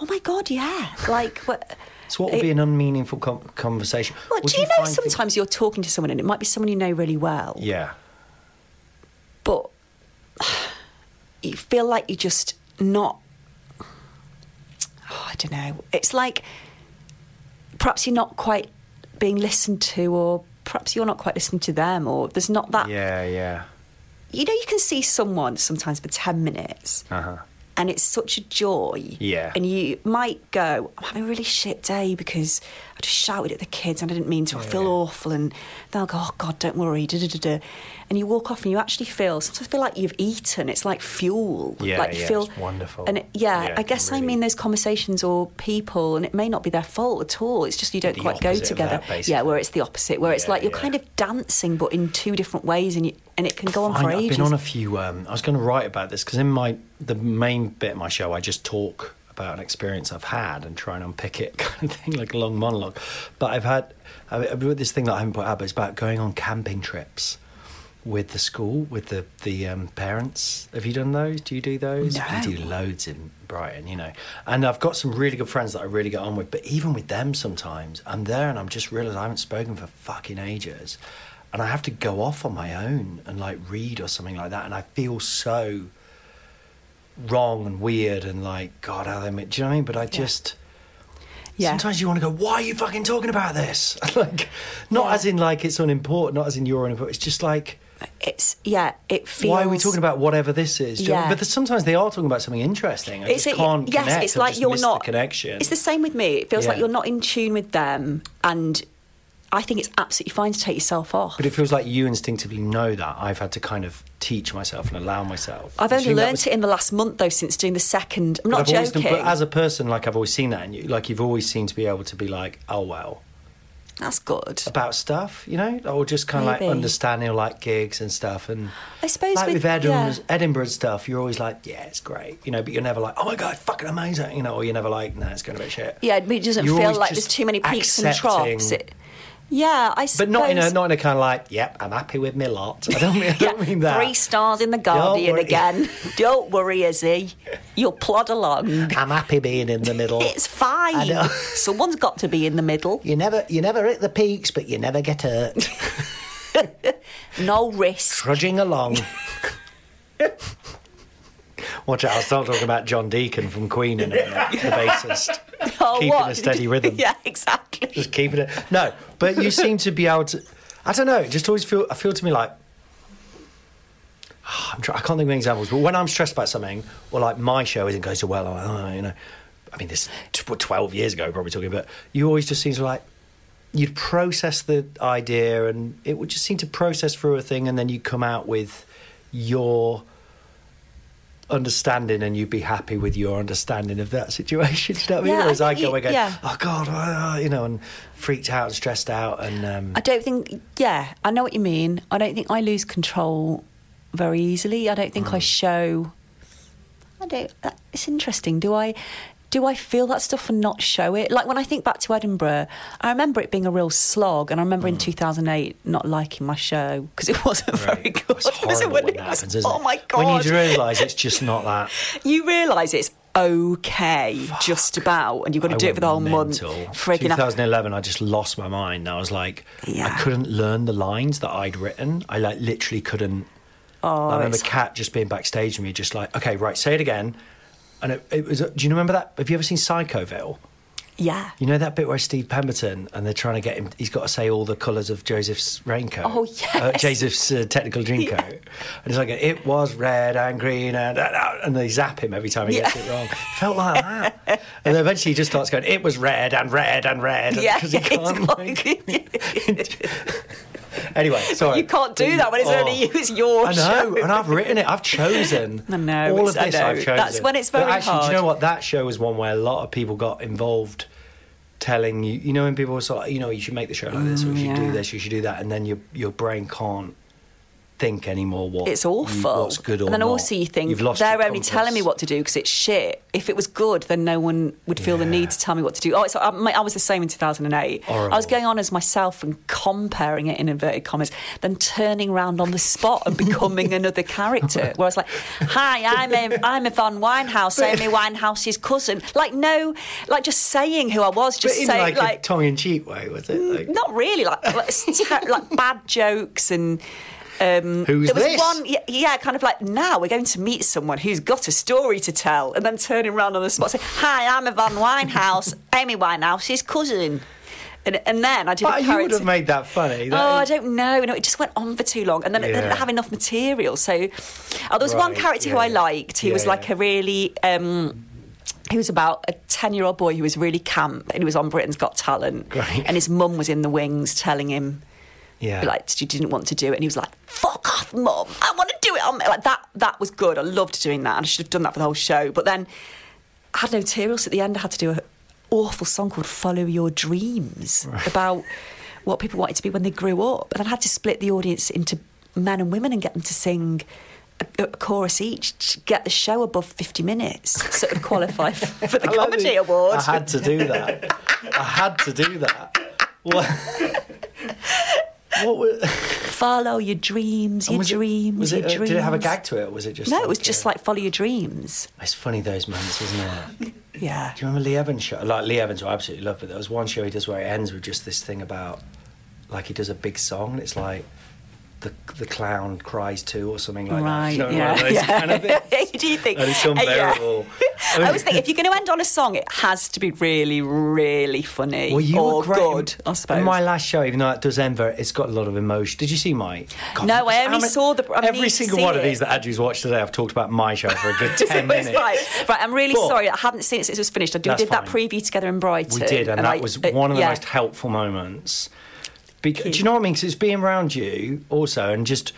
D: oh my god, yeah, like what.
C: So, what would
D: it-
C: be an unmeaningful com- conversation?
D: Uh, well,
C: Would
D: do you, know
C: find thi-
D: sometimes you're talking to someone and it might be someone you know really well,
C: Yeah.
D: but you feel like you're just not. Oh, I don't know. It's like perhaps you're not quite being listened to, or perhaps you're not quite listening to them, or there's not that.
C: Yeah, yeah.
D: You know, you can see someone sometimes for 10 minutes.
C: Uh huh.
D: and it's such a joy.
C: Yeah.
D: And you might go, I'm having a really shit day because I just shouted at the kids and I didn't mean to. I feel awful. And they'll go, oh, God, don't worry. Da, da, da, da. And you walk off and you actually feel, sometimes feel like you've eaten. It's like fuel.
C: Yeah,
D: like you
C: yeah,
D: feel
C: it's wonderful.
D: And it, yeah,
C: Yeah,
D: I
C: it
D: guess
C: can
D: I mean
C: really-
D: those conversations or people, and it may not be their fault at all. It's just you don't
C: The
D: quite go
C: opposite of
D: together.
C: that, basically.
D: yeah, where it's the opposite, where it's
C: Yeah,
D: like you're
C: yeah.
D: kind of dancing but in two different ways and you, and it can go on
C: Fine,
D: for
C: I've
D: ages.
C: been on a few. Um, I was going to write about this because in my the main bit of my show, I just talk about an experience I've had and try and unpick it, kind of thing, like a long monologue. But I've had I I wrote this thing that I haven't put out, but it's about going on camping trips with the school with the the um, parents. Have you done those? Do you do those?
D: No.
C: We do loads in Brighton, you know. And I've got some really good friends that I really get on with, but even with them sometimes, I'm there and I'm just realised I haven't spoken for fucking ages. And I have to go off on my own and like read or something like that. And I feel so wrong and weird and like, God, how they make, do you know what I mean? But I just.
D: Yeah.
C: Sometimes you want to go, why are you fucking talking about this? like, not
D: Yeah.
C: as in like it's unimportant, not as in you're unimportant. It's just like,
D: it's, yeah, it feels.
C: why are we talking about whatever this is? Do you know what I mean?
D: Yeah.
C: But there's- sometimes they are talking about something interesting. I just
D: it-
C: can't
D: yes,
C: connect.
D: it's
C: I've
D: like
C: just
D: you're
C: missed
D: not
C: the connection.
D: It's the same with me. It feels like
C: Yeah.
D: you're not in tune with them, and I think it's absolutely fine to take yourself off.
C: but it feels like you instinctively know that. I've had to kind of teach myself and allow myself.
D: I've
C: I
D: only
C: think that
D: learnt
C: was-
D: it in the last month, though, since doing the second. I'm
C: but
D: not
C: I've always
D: joking.
C: done- but as a person, like I've always seen that, and you, like you've always seemed to be able to be like, oh well,
D: That's good.
C: about stuff, you know, or just kind of like
D: Maybe.
C: understanding like gigs and stuff. And
D: I suppose
C: like
D: with-
C: with, Edinburgh,
D: yeah.
C: Edinburgh and stuff, you're always like, yeah, it's great, you know, but you're never like, oh my god, fucking amazing, you know, or you're never like, no, it's going to be shit.
D: Yeah, it doesn't
C: You're
D: feel
C: always
D: like there's
C: just
D: too many peaks and
C: accepting-
D: troughs. It- yeah, I suppose.
C: But not in a not in a kind of like, yep, I'm happy with my lot. I don't mean, I don't
D: Yeah,
C: mean that.
D: Three stars in the Guardian
C: worry.
D: again. Don't worry, Izzy. You'll plod along.
C: I'm happy being in the middle.
D: It's
C: I know.
D: fine. Someone's got to be in the middle.
C: You never you never hit the peaks, but you never get hurt.
D: No risk.
C: Trudging along. Watch out! I'll start talking about John Deacon from Queen in a minute, the bassist.
D: Oh,
C: Keeping
D: what?
C: a steady rhythm.
D: yeah, exactly.
C: just keeping it. No, but you seem to be able to. I don't know. It just always feel. I feel to me like. I'm try, I can't think of any examples, but when I'm stressed about something, or like my show isn't going so well, or, oh, you know, I mean, this tw- 12 years ago, probably talking, but you always just seem to like, you'd process the idea and it would just seem to process through a thing, and then you come out with your understanding and you'd be happy with your understanding of that situation. Do you know what I mean?
D: Yeah, I
C: Whereas I,
D: think
C: go,
D: you-
C: I go,
D: yeah.
C: oh God, ah," you know, and freaked out and stressed out. And um,
D: I don't think, yeah, I know what you mean. I don't think I lose control very easily. I don't think
C: Mm.
D: I show. I don't. that- It's interesting. Do I? Do I feel that stuff and not show it? Like when I think back to Edinburgh, I remember it being a real slog, and I remember in
C: Mm.
D: 2008 not liking my show because it wasn't very good.
C: it's
D: was
C: horrible
D: it when
C: when
D: it
C: that
D: was-
C: happens, isn't
D: oh
C: it?
D: my god!
C: When you realise it's just not that.
D: you realise it's okay, just about, and you've got to
C: I
D: do it for the whole
C: went mental.
D: month. Freaking out.
C: 2011, I just lost my mind. I was like,
D: Yeah.
C: I couldn't learn the lines that I'd written. I like literally couldn't. I remember
D: Oh, it's-
C: Kat just being backstage with me, just like, okay, right, say it again. And it, it was. Do you remember that? Have you ever seen Psychoville?
D: Yeah.
C: You know that bit where Steve Pemberton and they're trying to get him. He's got to say all the colours of Joseph's raincoat.
D: Oh,
C: yeah, uh,
D: yes.
C: Joseph's uh, technical dream coat. And it's like it was red and green and and they zap him every time he gets it wrong. Felt like that. and then eventually he just starts going. It was red and red and red. and-
D: Yeah,
C: 'cause he
D: it's
C: can't.
D: like-
C: like- anyway, sorry.
D: You can't do that when it's
C: Oh.
D: only you. It's your
C: I
D: show.
C: know, and I've written it. I've chosen.
D: I know,
C: All of
D: it's- I
C: this
D: know.
C: I've chosen.
D: That's when it's
C: But
D: very
C: actually, do
D: hard.
C: you know what? That show was one where a lot of people got involved telling you, you know, when people are sort of, you know, you should make the show like this, or you should
D: Mm, yeah.
C: do this, you should do that, and then your your brain can't think anymore what
D: It's
C: you-
D: awful.
C: what's good or
D: and then
C: not.
D: also you think
C: You've lost
D: they're
C: your
D: only telling me
C: compass.
D: what to do because it's shit. If it was good, then no one would feel the
C: Yeah.
D: need to tell me what to do. Oh, it's, I, my- I was the same in 2008. I was
C: Horrible.
D: going on as myself and comparing it in inverted commas, then turning around on the spot and becoming another character. Where I was like, "Hi, I'm a, I'm Yvonne Winehouse, Amy Winehouse's cousin." Like no, like just saying who I was,
C: But
D: just
C: in
D: saying
C: like, a tongue in cheek way, was it? Like,
D: not really like like, sta- like bad jokes and um,
C: Who's
D: there was
C: this?
D: one yeah, yeah kind of like now we're going to meet someone who's got a story to tell and then turning around on the spot saying hi I'm Yvonne Winehouse Amy Winehouse's cousin and, and then I did
C: but
D: a
C: you
D: character
C: would have made that funny. That
D: oh, I
C: is-
D: don't know. No, it just went on for too long, and then they didn't
C: Yeah.
D: have enough material. So, oh, there was one
C: Right,
D: character who
C: yeah.
D: I liked. He
C: Yeah,
D: was like
C: yeah.
D: a really. Um, he was about a 10 year old boy who was really camp and he was on Britain's Got Talent.
C: Great.
D: And his mum was in the wings telling him,
C: yeah.
D: Oh, like, she didn't want to do it. And he was like, fuck off, mum. I want to do it. on my-" Like, that, that was good. I loved doing that. And I should have done that for the whole show. But then I had no materials at the end. I had to do an awful song called Follow Your Dreams about what people wanted to be when they grew up. And I had to split the audience into men and women and get them to sing a, a chorus each to get the show above 50 minutes so it would qualify f- for the
C: I like
D: Comedy
C: the-
D: Award.
C: I had to do that. I had to do that. What? what was,
D: Follow your dreams, your
C: was it-
D: dreams,
C: was
D: your
C: it, uh,
D: dreams.
C: Did it have a gag to it, or was it just?
D: No, it was
C: uh,
D: just like follow your dreams.
C: It's funny those moments, isn't it? Do
D: Yeah.
C: you remember Lee Evans show? Like Lee Evans, I absolutely love. But there was one show he does where it ends with just this thing about, like he does a big song, and it's like. The, the clown cries too, or something like
D: Right,
C: that. Do you know,
D: yeah.
C: one of those
D: Yeah.
C: kind of things.
D: Do you think?
C: And it's
D: Uh, yeah.
C: unbearable. I
D: I
C: mean-
D: was thinking, if you're going to end on a song, it has to be really, really funny
C: Well, you
D: or
C: were great.
D: good, oh, I suppose.
C: In my last show, even though it does end very, it's got a lot of emotion. Did you see my? God,
D: No, I
C: how
D: only saw the- I need
C: every
D: to
C: single
D: see
C: one
D: it.
C: of these that Andrew's watched today. I've talked about my show for a good
D: Is it-
C: ten
D: it's
C: minutes.
D: right. Right, I'm really
C: But-
D: sorry. I haven't seen it since it was finished. I do,
C: That's
D: did that
C: fine.
D: preview together in Brighton.
C: We did, and, that
D: I-
C: was
D: it-
C: one of the
D: yeah.
C: most helpful moments. Because, do you know what I mean? 'Cause it's being around you also, and just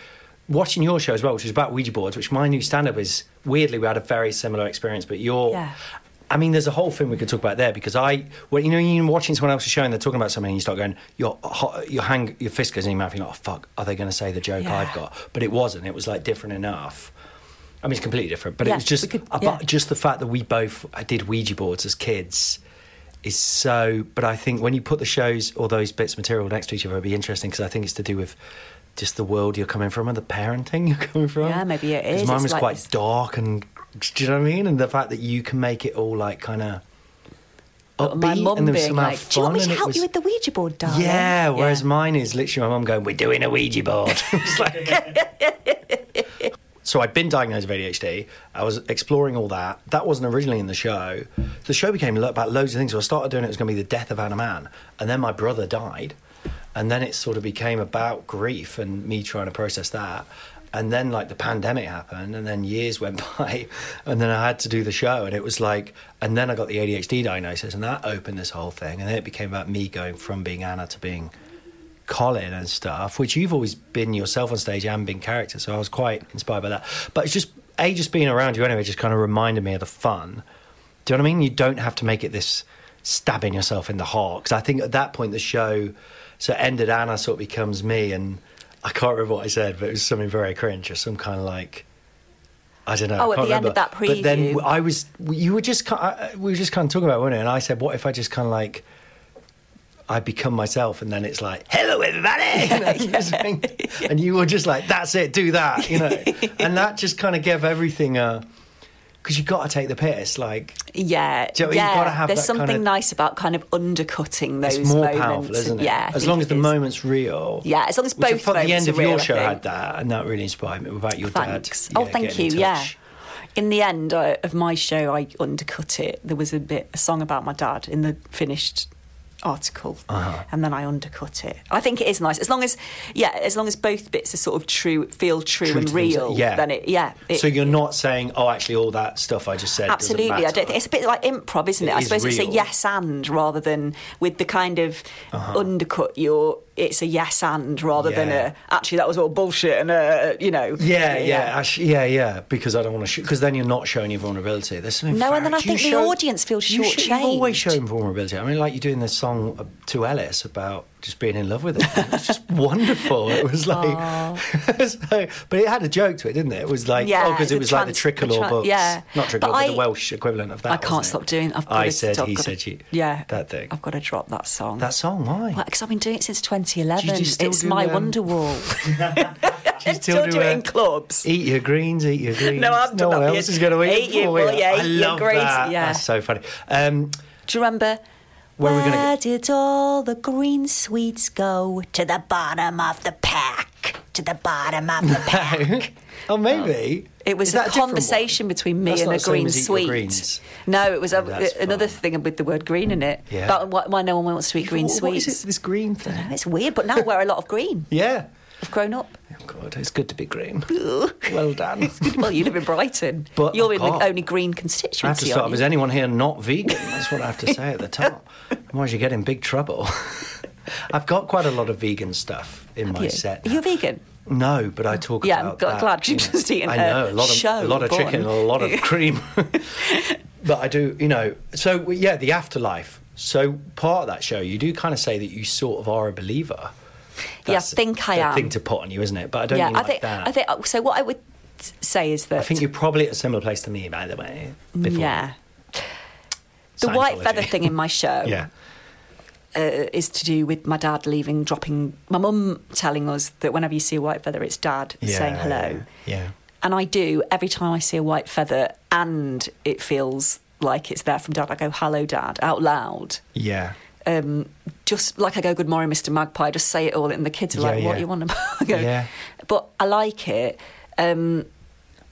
C: watching your show as well, which is about Ouija boards. Which my new stand-up is weirdly we had a very similar experience, but your.
D: Yeah.
C: I mean, there's a whole thing we could talk about there because I, well, you know, you're watching someone else's show and they're talking about something, and you start going, your ho- your hang, your fist goes in your mouth. You're like, oh, fuck, are they going to say the joke
D: Yeah.
C: I've got? But it wasn't. It was like different enough. I mean, it's completely different, but
D: Yeah,
C: it was just
D: we could-
C: about
D: yeah.
C: just the fact that we both did Ouija boards as kids is so. But I think when you put the shows or those bits of material next to each other, it'd be interesting because I think it's to do with just the world you're coming from and the parenting you're coming from.
D: Yeah, maybe it
C: 'Cause
D: is.
C: Mine
D: It's
C: was
D: like
C: quite
D: this-
C: dark and do you know what I mean? And the fact that you can make it all like kind of
D: But
C: upbeat
D: my mum
C: and there was
D: being
C: somehow
D: like,
C: fun.
D: "Do you want me
C: and
D: to
C: it
D: help
C: was-
D: you with the Ouija board, darling?"
C: yeah, whereas mine is literally my mum going, "We're doing a Ouija board." It's like- so I've been diagnosed with ADHD. I was exploring all that. That wasn't originally in the show. The show became lo- about loads of things. So I started doing it. It was going to be the death of Anna Man, and then my brother died, and then it sort of became about grief and me trying to process that. And then like the pandemic happened, and then years went by, and then I had to do the show, and it was like, and then I got the ADHD diagnosis, and that opened this whole thing, and then it became about me going from being Anna to being Colin and stuff, which you've always been yourself on stage and been character. So I was quite inspired by that. But it's just a just being around you anyway just kind of reminded me of the fun. Do you know what I mean? You don't have to make it this stabbing yourself in the heart because I think at that point the show so it ended. Anna sort of becomes me, and I can't remember what I said, but it was something very cringe or some kind of like. I don't know.
D: Oh,
C: I
D: at
C: can't
D: the end
C: remember.
D: of that
C: But then
D: preview.
C: w- I was, you were just, ki- I- we were just kind of talking about, it, weren't it? And I said, what if I just kind of like I become myself, and then it's like, "Hello, everybody," you know, and you were just like, "That's it, do that," you know, and that just kind of gave everything a. Because you got to take the piss, like
D: yeah,
C: Do you know, you've
D: yeah.
C: gotta have
D: There's
C: that kind
D: something
C: of-
D: nice about kind of undercutting those
C: it's more
D: moments.
C: powerful, isn't it?
D: Yeah, I
C: as
D: think
C: long
D: it
C: as the
D: is.
C: moment's real.
D: Yeah, as long as
C: Which I
D: both
C: thought the end
D: moments are
C: of your
D: real, I
C: show
D: think.
C: had that, and that really inspired me about your
D: Thanks.
C: dad.
D: oh, thank
C: getting
D: you.
C: in
D: Yeah.
C: touch.
D: In the end uh, of my show, I undercut it. There was a bit a song about my dad in the finished article,
C: Uh-huh.
D: and then I undercut it. I think it is nice as long as yeah, as long as both bits are sort of true, feel true,
C: True
D: and
C: to themselves.
D: real.
C: Yeah.
D: Then it yeah. It,
C: so you're not saying, "Oh, actually, all that stuff I just said." doesn't
D: Absolutely, I
C: matter."
D: don't think it's a bit like improv, isn't it?
C: It
D: I
C: is
D: suppose it's a
C: real.
D: yes and rather than with the kind of undercut. You're it's a yes and rather than
C: Uh-huh. Yeah.
D: a actually that was all bullshit and uh you know
C: Yeah, yeah, I sh- yeah, yeah. Because I don't want to shoot. Because then you're not showing your vulnerability. There's something.
D: No, and then
C: very-
D: I
C: you
D: think the
C: show-
D: audience feels
C: you show- You've always
D: shortchanged.
C: shown vulnerability. I mean, like you're doing this song uh, to Ellis about just being in love with her. It's just wonderful. It was like, so, but it had a joke to it, didn't it? It was like,
D: Yeah,
C: oh, because
D: it's
C: it
D: a
C: was like the
D: trans- the
C: Trickalore
D: tran-
C: books,
D: yeah.
C: not Trickalore,
D: But
C: but, the
D: I-
C: Welsh equivalent of that.
D: I can't
C: wasn't
D: stop
C: it?
D: doing. I've got
C: I
D: to
C: said,
D: stop,
C: he
D: gotta-
C: said, you.
D: Yeah,
C: that thing.
D: I've got to drop that song.
C: that song. Why?
D: because I've been doing it since
C: Do
D: 2011.
C: you still
D: It's
C: do,
D: my
C: um,
D: wonder wall.
C: Do uh, you
D: still do it
C: a-
D: in clubs.
C: Eat your greens, eat your greens.
D: No, I've
C: no
D: done
C: one
D: that
C: else
D: yet.
C: is going to eat,
D: Eat
C: it
D: your-
C: for you.
D: yeah,
C: I
D: eat your
C: love
D: greens,
C: that.
D: yeah.
C: That's so funny. Um,
D: Do you remember?
C: Where are we gonna get-
D: did all the green sweets go?
H: To the bottom of the pack. To the bottom of the pack.
C: oh, maybe
D: It was
C: Is
D: a
C: that different
D: conversation
C: one?
D: between me
C: That's
D: and
C: not
D: a
C: the same
D: green
C: as eat your
D: sweet.
C: greens.
D: No, it was
C: Oh,
D: a-
C: that's
D: another
C: fine.
D: thing with the word green in it.
C: Yeah.
D: About why, why no one wants to eat green
C: What-
D: sweets.
C: What is it? This green thing.
D: It's weird, but now I wear a lot of green.
C: Yeah.
D: I've grown up.
C: Oh, God, it's good to be green. well done.
D: Well, you live in Brighton.
C: But
D: You're
C: I've
D: in the
C: got-
D: only green
C: I have to
D: constituency.
C: start.
D: aren't
C: off, Is
D: you?
C: anyone here not vegan? That's what I have to say at the top. Otherwise, you get in big trouble. I've got quite a lot of vegan stuff in my
D: You-
C: set.
D: Are
C: now.
D: you vegan?
C: No, but I talk
D: Yeah, I'm
C: about
D: gl-
C: that.
D: glad
C: you
D: you've
C: know.
D: just eaten
C: I
D: a
C: know a lot of
D: show
C: a lot of
D: bun.
C: chicken and a lot of cream. but I do, you know. So yeah, the afterlife. So part of that show, you do kind of say that you sort of are a believer.
D: Yeah, I think I
C: the
D: am.
C: Thing to put on you, isn't it? But I don't mean
D: I
C: like
D: think.
C: that.
D: I think. So what I would s- say is that
C: I think you're probably at a similar place to me, by the way. Before
D: Yeah. The white
C: Scientology.
D: feather thing in my show
C: Yeah.
D: uh, is to do with my dad leaving, dropping my mum telling us that whenever you see a white feather, it's dad
C: Yeah,
D: saying hello.
C: Yeah.
D: And I do every time I see a white feather, and it feels like it's there from dad. I go, "Hello, dad," out loud,
C: Yeah.
D: um, just like I go, "Good morning, Mister Magpie." I just say it all, and the kids are
C: Yeah,
D: like, "What
C: yeah.
D: you want?" About? I go,
C: Yeah.
D: But I like it, um,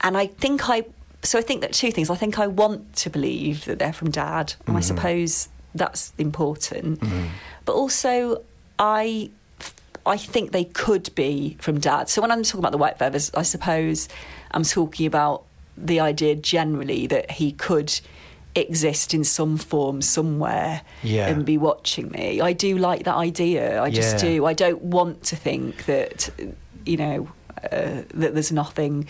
D: and I think I. So I think that two things. I think I want to believe that they're from dad, and I suppose that's important. But also, I. I think they could be from dad. So when I'm talking about the white feathers, I suppose I'm talking about the idea generally that he could exist in some form somewhere
C: Yeah.
D: and be watching me. I do like that idea. I just
C: Yeah.
D: do. I don't want to think that, you know, uh, that there's nothing.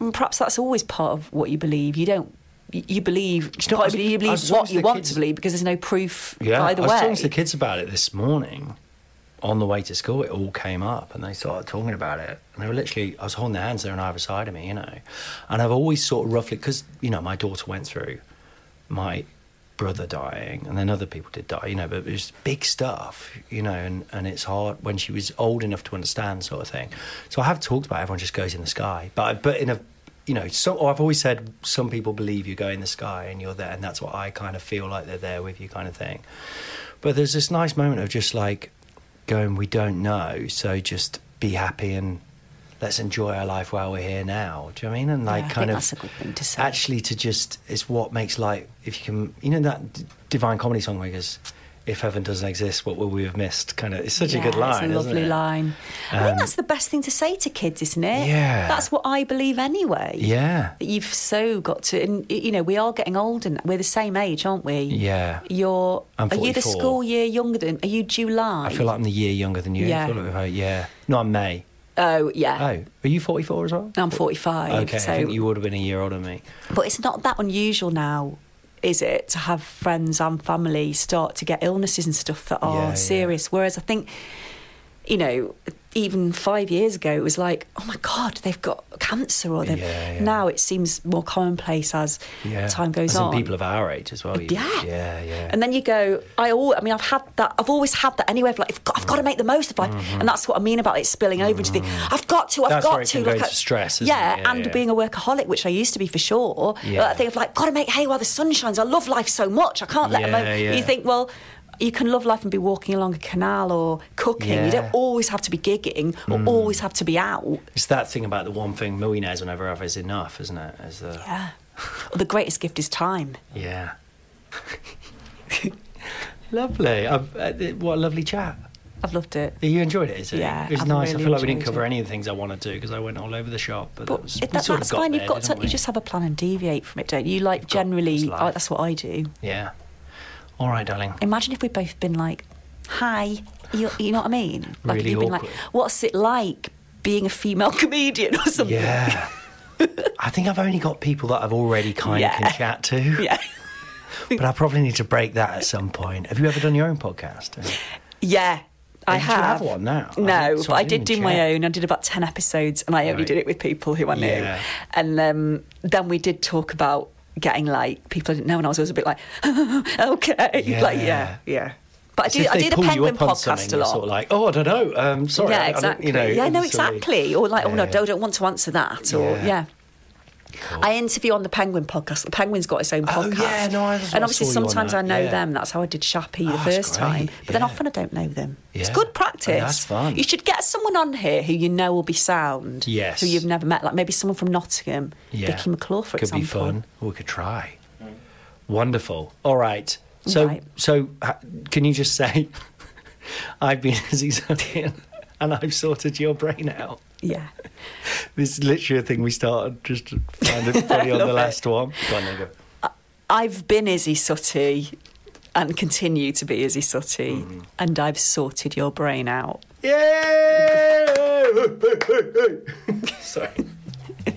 D: And Perhaps that's always part of what you believe. You don't. You you believe.
C: you know, I was-
D: partly you
C: I
D: believe
C: was talking
D: what
C: to
D: you
C: the
D: want
C: kids-
D: to believe because there's no proof
C: Yeah,
D: either
C: I was
D: way.
C: talking to the kids about it this morning on the way to school. It all came up, and they started talking about it. And they were literally, I was holding their hands there on either side of me, you know. And I've always sort of roughly, because you know, my daughter went through my brother dying, and then other people did die, you know. But it was big stuff, you know, and and it's hard when she was old enough to understand, sort of thing. So I have talked about everyone just goes in the sky, but I- but in a you know, so or I've always said some people believe you go in the sky and you're there, and that's what I kind of feel like they're there with you, kind of thing. But there's this nice moment of just like going, we don't know, so just be happy and let's enjoy our life while we're here now. Do you know what I mean? And like
D: I
C: kind
D: think
C: of
D: that's a good thing to say.
C: actually to just it's what makes life. If you can, you know that d- divine comedy song where it goes, "If heaven doesn't exist, what will we have missed?" Kind of, it's such a good
D: Yeah,
C: line.
D: It's a
C: isn't
D: lovely
C: it? Um,
D: line. I think that's the best thing to say to kids, isn't it?
C: Yeah.
D: That's what I believe anyway.
C: Yeah.
D: That You've so got to, and y- you know, we are getting old, and we're the same age, aren't we?
C: Yeah.
D: You're.
C: I'm
D: are you the
C: 44.
D: school year younger than? Are you July?
C: I feel like I'm the year younger than you.
D: Yeah.
C: I feel like we've had- yeah. No, I'm May.
D: Oh yeah.
C: Oh, are you 44 as well?
D: I'm 45.
C: Okay,
D: so,
C: I think you would have been a year older than me.
D: but it's not that unusual now, is it, to have friends and family start to get illnesses and stuff that are
C: Yeah, yeah.
D: serious? Whereas I think, you know, even five years ago, it was like, oh my God, they've got cancer, or they've.
C: Yeah, yeah.
D: Now it seems more commonplace as time goes
C: As in
D: on.
C: people of our age as well. you-
D: Yeah.
C: yeah, yeah.
D: And then you go, I all, I mean, I've had that, I've always had that anyway. Of like, I've got, I've got to make the most of life. And that's what I mean about it spilling over into the, I've got to,
C: Mm-hmm.
D: I've
C: That's
D: got
C: where it
D: to.
C: can go
D: I-
C: into stress, isn't
D: yeah,
C: it? Yeah,
D: and
C: yeah.
D: being a workaholic, which I used to be for sure.
C: Yeah.
D: But I think of like, got to make hay while the sun shines. I love life so much. I can't let a
C: Yeah,
D: moment.
C: yeah.
D: You think, well, you can love life and be walking along a canal or cooking. You
C: Yeah. Mm.
D: don't always have to be gigging or always have to be out.
C: It's that thing about the one thing millionaires will never have is enough, isn't it? As the yeah.
D: Yeah. the greatest gift is time.
C: lovely. I've, uh, th- what a lovely chat.
D: I've loved it.
C: You enjoyed it, is it?
D: Yeah,
C: it was
D: I've
C: nice.
D: really
C: I feel like we didn't
D: enjoyed
C: cover
D: it.
C: any of the things I wanted to because I went all over the shop. But, that
D: But
C: was,
D: it-
C: we
D: that,
C: sort
D: that's
C: of got
D: fine.
C: There,
D: you've got to.
C: didn't
D: You
C: we?
D: just have a plan and deviate from it, don't you? Like
C: got- it's
D: generally,
C: life.
D: I, that's what I do.
C: yeah. All right, darling.
D: Imagine if we'd both been like, "Hi, you, you know what I mean? Like if
C: Really
D: you've been like,
C: awkward.
D: what's it like being a female comedian or something?
C: Yeah. I think I've only got people that I've already kind
D: Yeah.
C: of can chat to,
D: Yeah.
C: but I probably need to break that at some point. Have you ever done your own podcast?
D: Yeah. I
C: You should
D: have.
C: have one now. I
D: No,
C: think- so
D: but
C: I
D: I did
C: didn't
D: do my
C: check.
D: own. I did about 10 episodes and I only
C: Right.
D: did it with people who I knew.
C: Yeah.
D: And um, then we did talk about getting like people I didn't know and I was always a bit like, okay. Like, yeah,
C: Yeah.
D: yeah. But I
C: So
D: do,
C: if
D: I
C: they
D: do the
C: pull you
D: Penguin
C: up on
D: podcast
C: something,
D: a
C: you're
D: lot.
C: Sort of like, oh, I don't know. Um, sorry. I-
D: yeah,
C: I don't-
D: exactly.
C: you know,
D: yeah, no,
C: sorry."
D: exactly. Or like, oh no, I
C: Yeah.
D: don't, I don't want to answer that. Or
C: Yeah.
D: yeah. I interview on the Penguin podcast. The Penguin's got its own
C: Oh,
D: podcast.
C: yeah, no, I- that's what
D: and
C: I
D: obviously
C: saw you on
D: sometimes
C: that,
D: I know
C: yeah.
D: them. That's how I did Shappy
C: Oh,
D: the
C: that's
D: first time.
C: great,
D: But then
C: yeah.
D: often I don't know them. It's
C: Yeah.
D: good practice.
C: Oh, that's fun.
D: You should get someone on here who you know will be sound.
C: Yes.
D: Who you've never met, like maybe someone from Nottingham,
C: Yeah.
D: Vicky McClure, for
C: could
D: example.
C: be fun. We could try. Wonderful. All right. So,
D: Right.
C: so ha- can you just say, I've been Aziz Odeon and I've sorted your brain out.
D: Yeah.
C: This is literally a thing we started just to find it funny on the last one. Go on, then, go.
D: I've been Izzy Sutty and continue to be Izzy Sutty,
C: Mm.
D: and I've sorted your brain out.
C: Yeah. Sorry.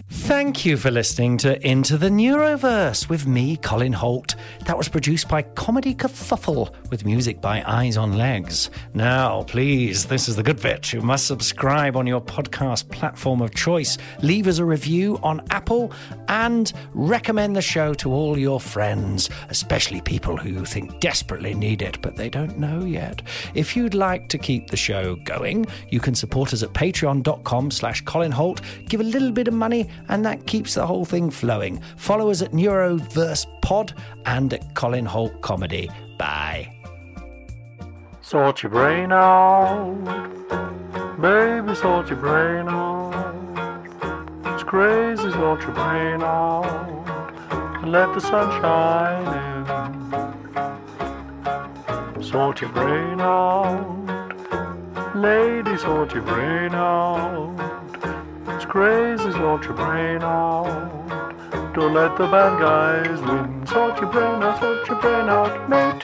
C: Thank you for listening to Into the Neuroverse with me, Colin Holt. That was produced by Comedy Kerfuffle with music by Eyes on Legs. Now, please, this is the good bit. You must subscribe on your podcast platform of choice, leave us a review on Apple, and recommend the show to all your friends, especially people who you think desperately need it but they don't know yet. If you'd like to keep the show going, you can support us at patreon.com slash Colin Holt. Give a little bit of money and that keeps the whole thing flowing. Follow us at Neuroverse Pod and at Colin Holt Comedy. Bye.
B: Sort your brain out. Baby, sort your brain out. It's crazy, sort your brain out. And let the sun shine in. Sort your brain out. Lady, sort your brain out. It's crazy, sort your brain out. Don't let the bad guys win. Sort your brain out, sort your brain out, mate.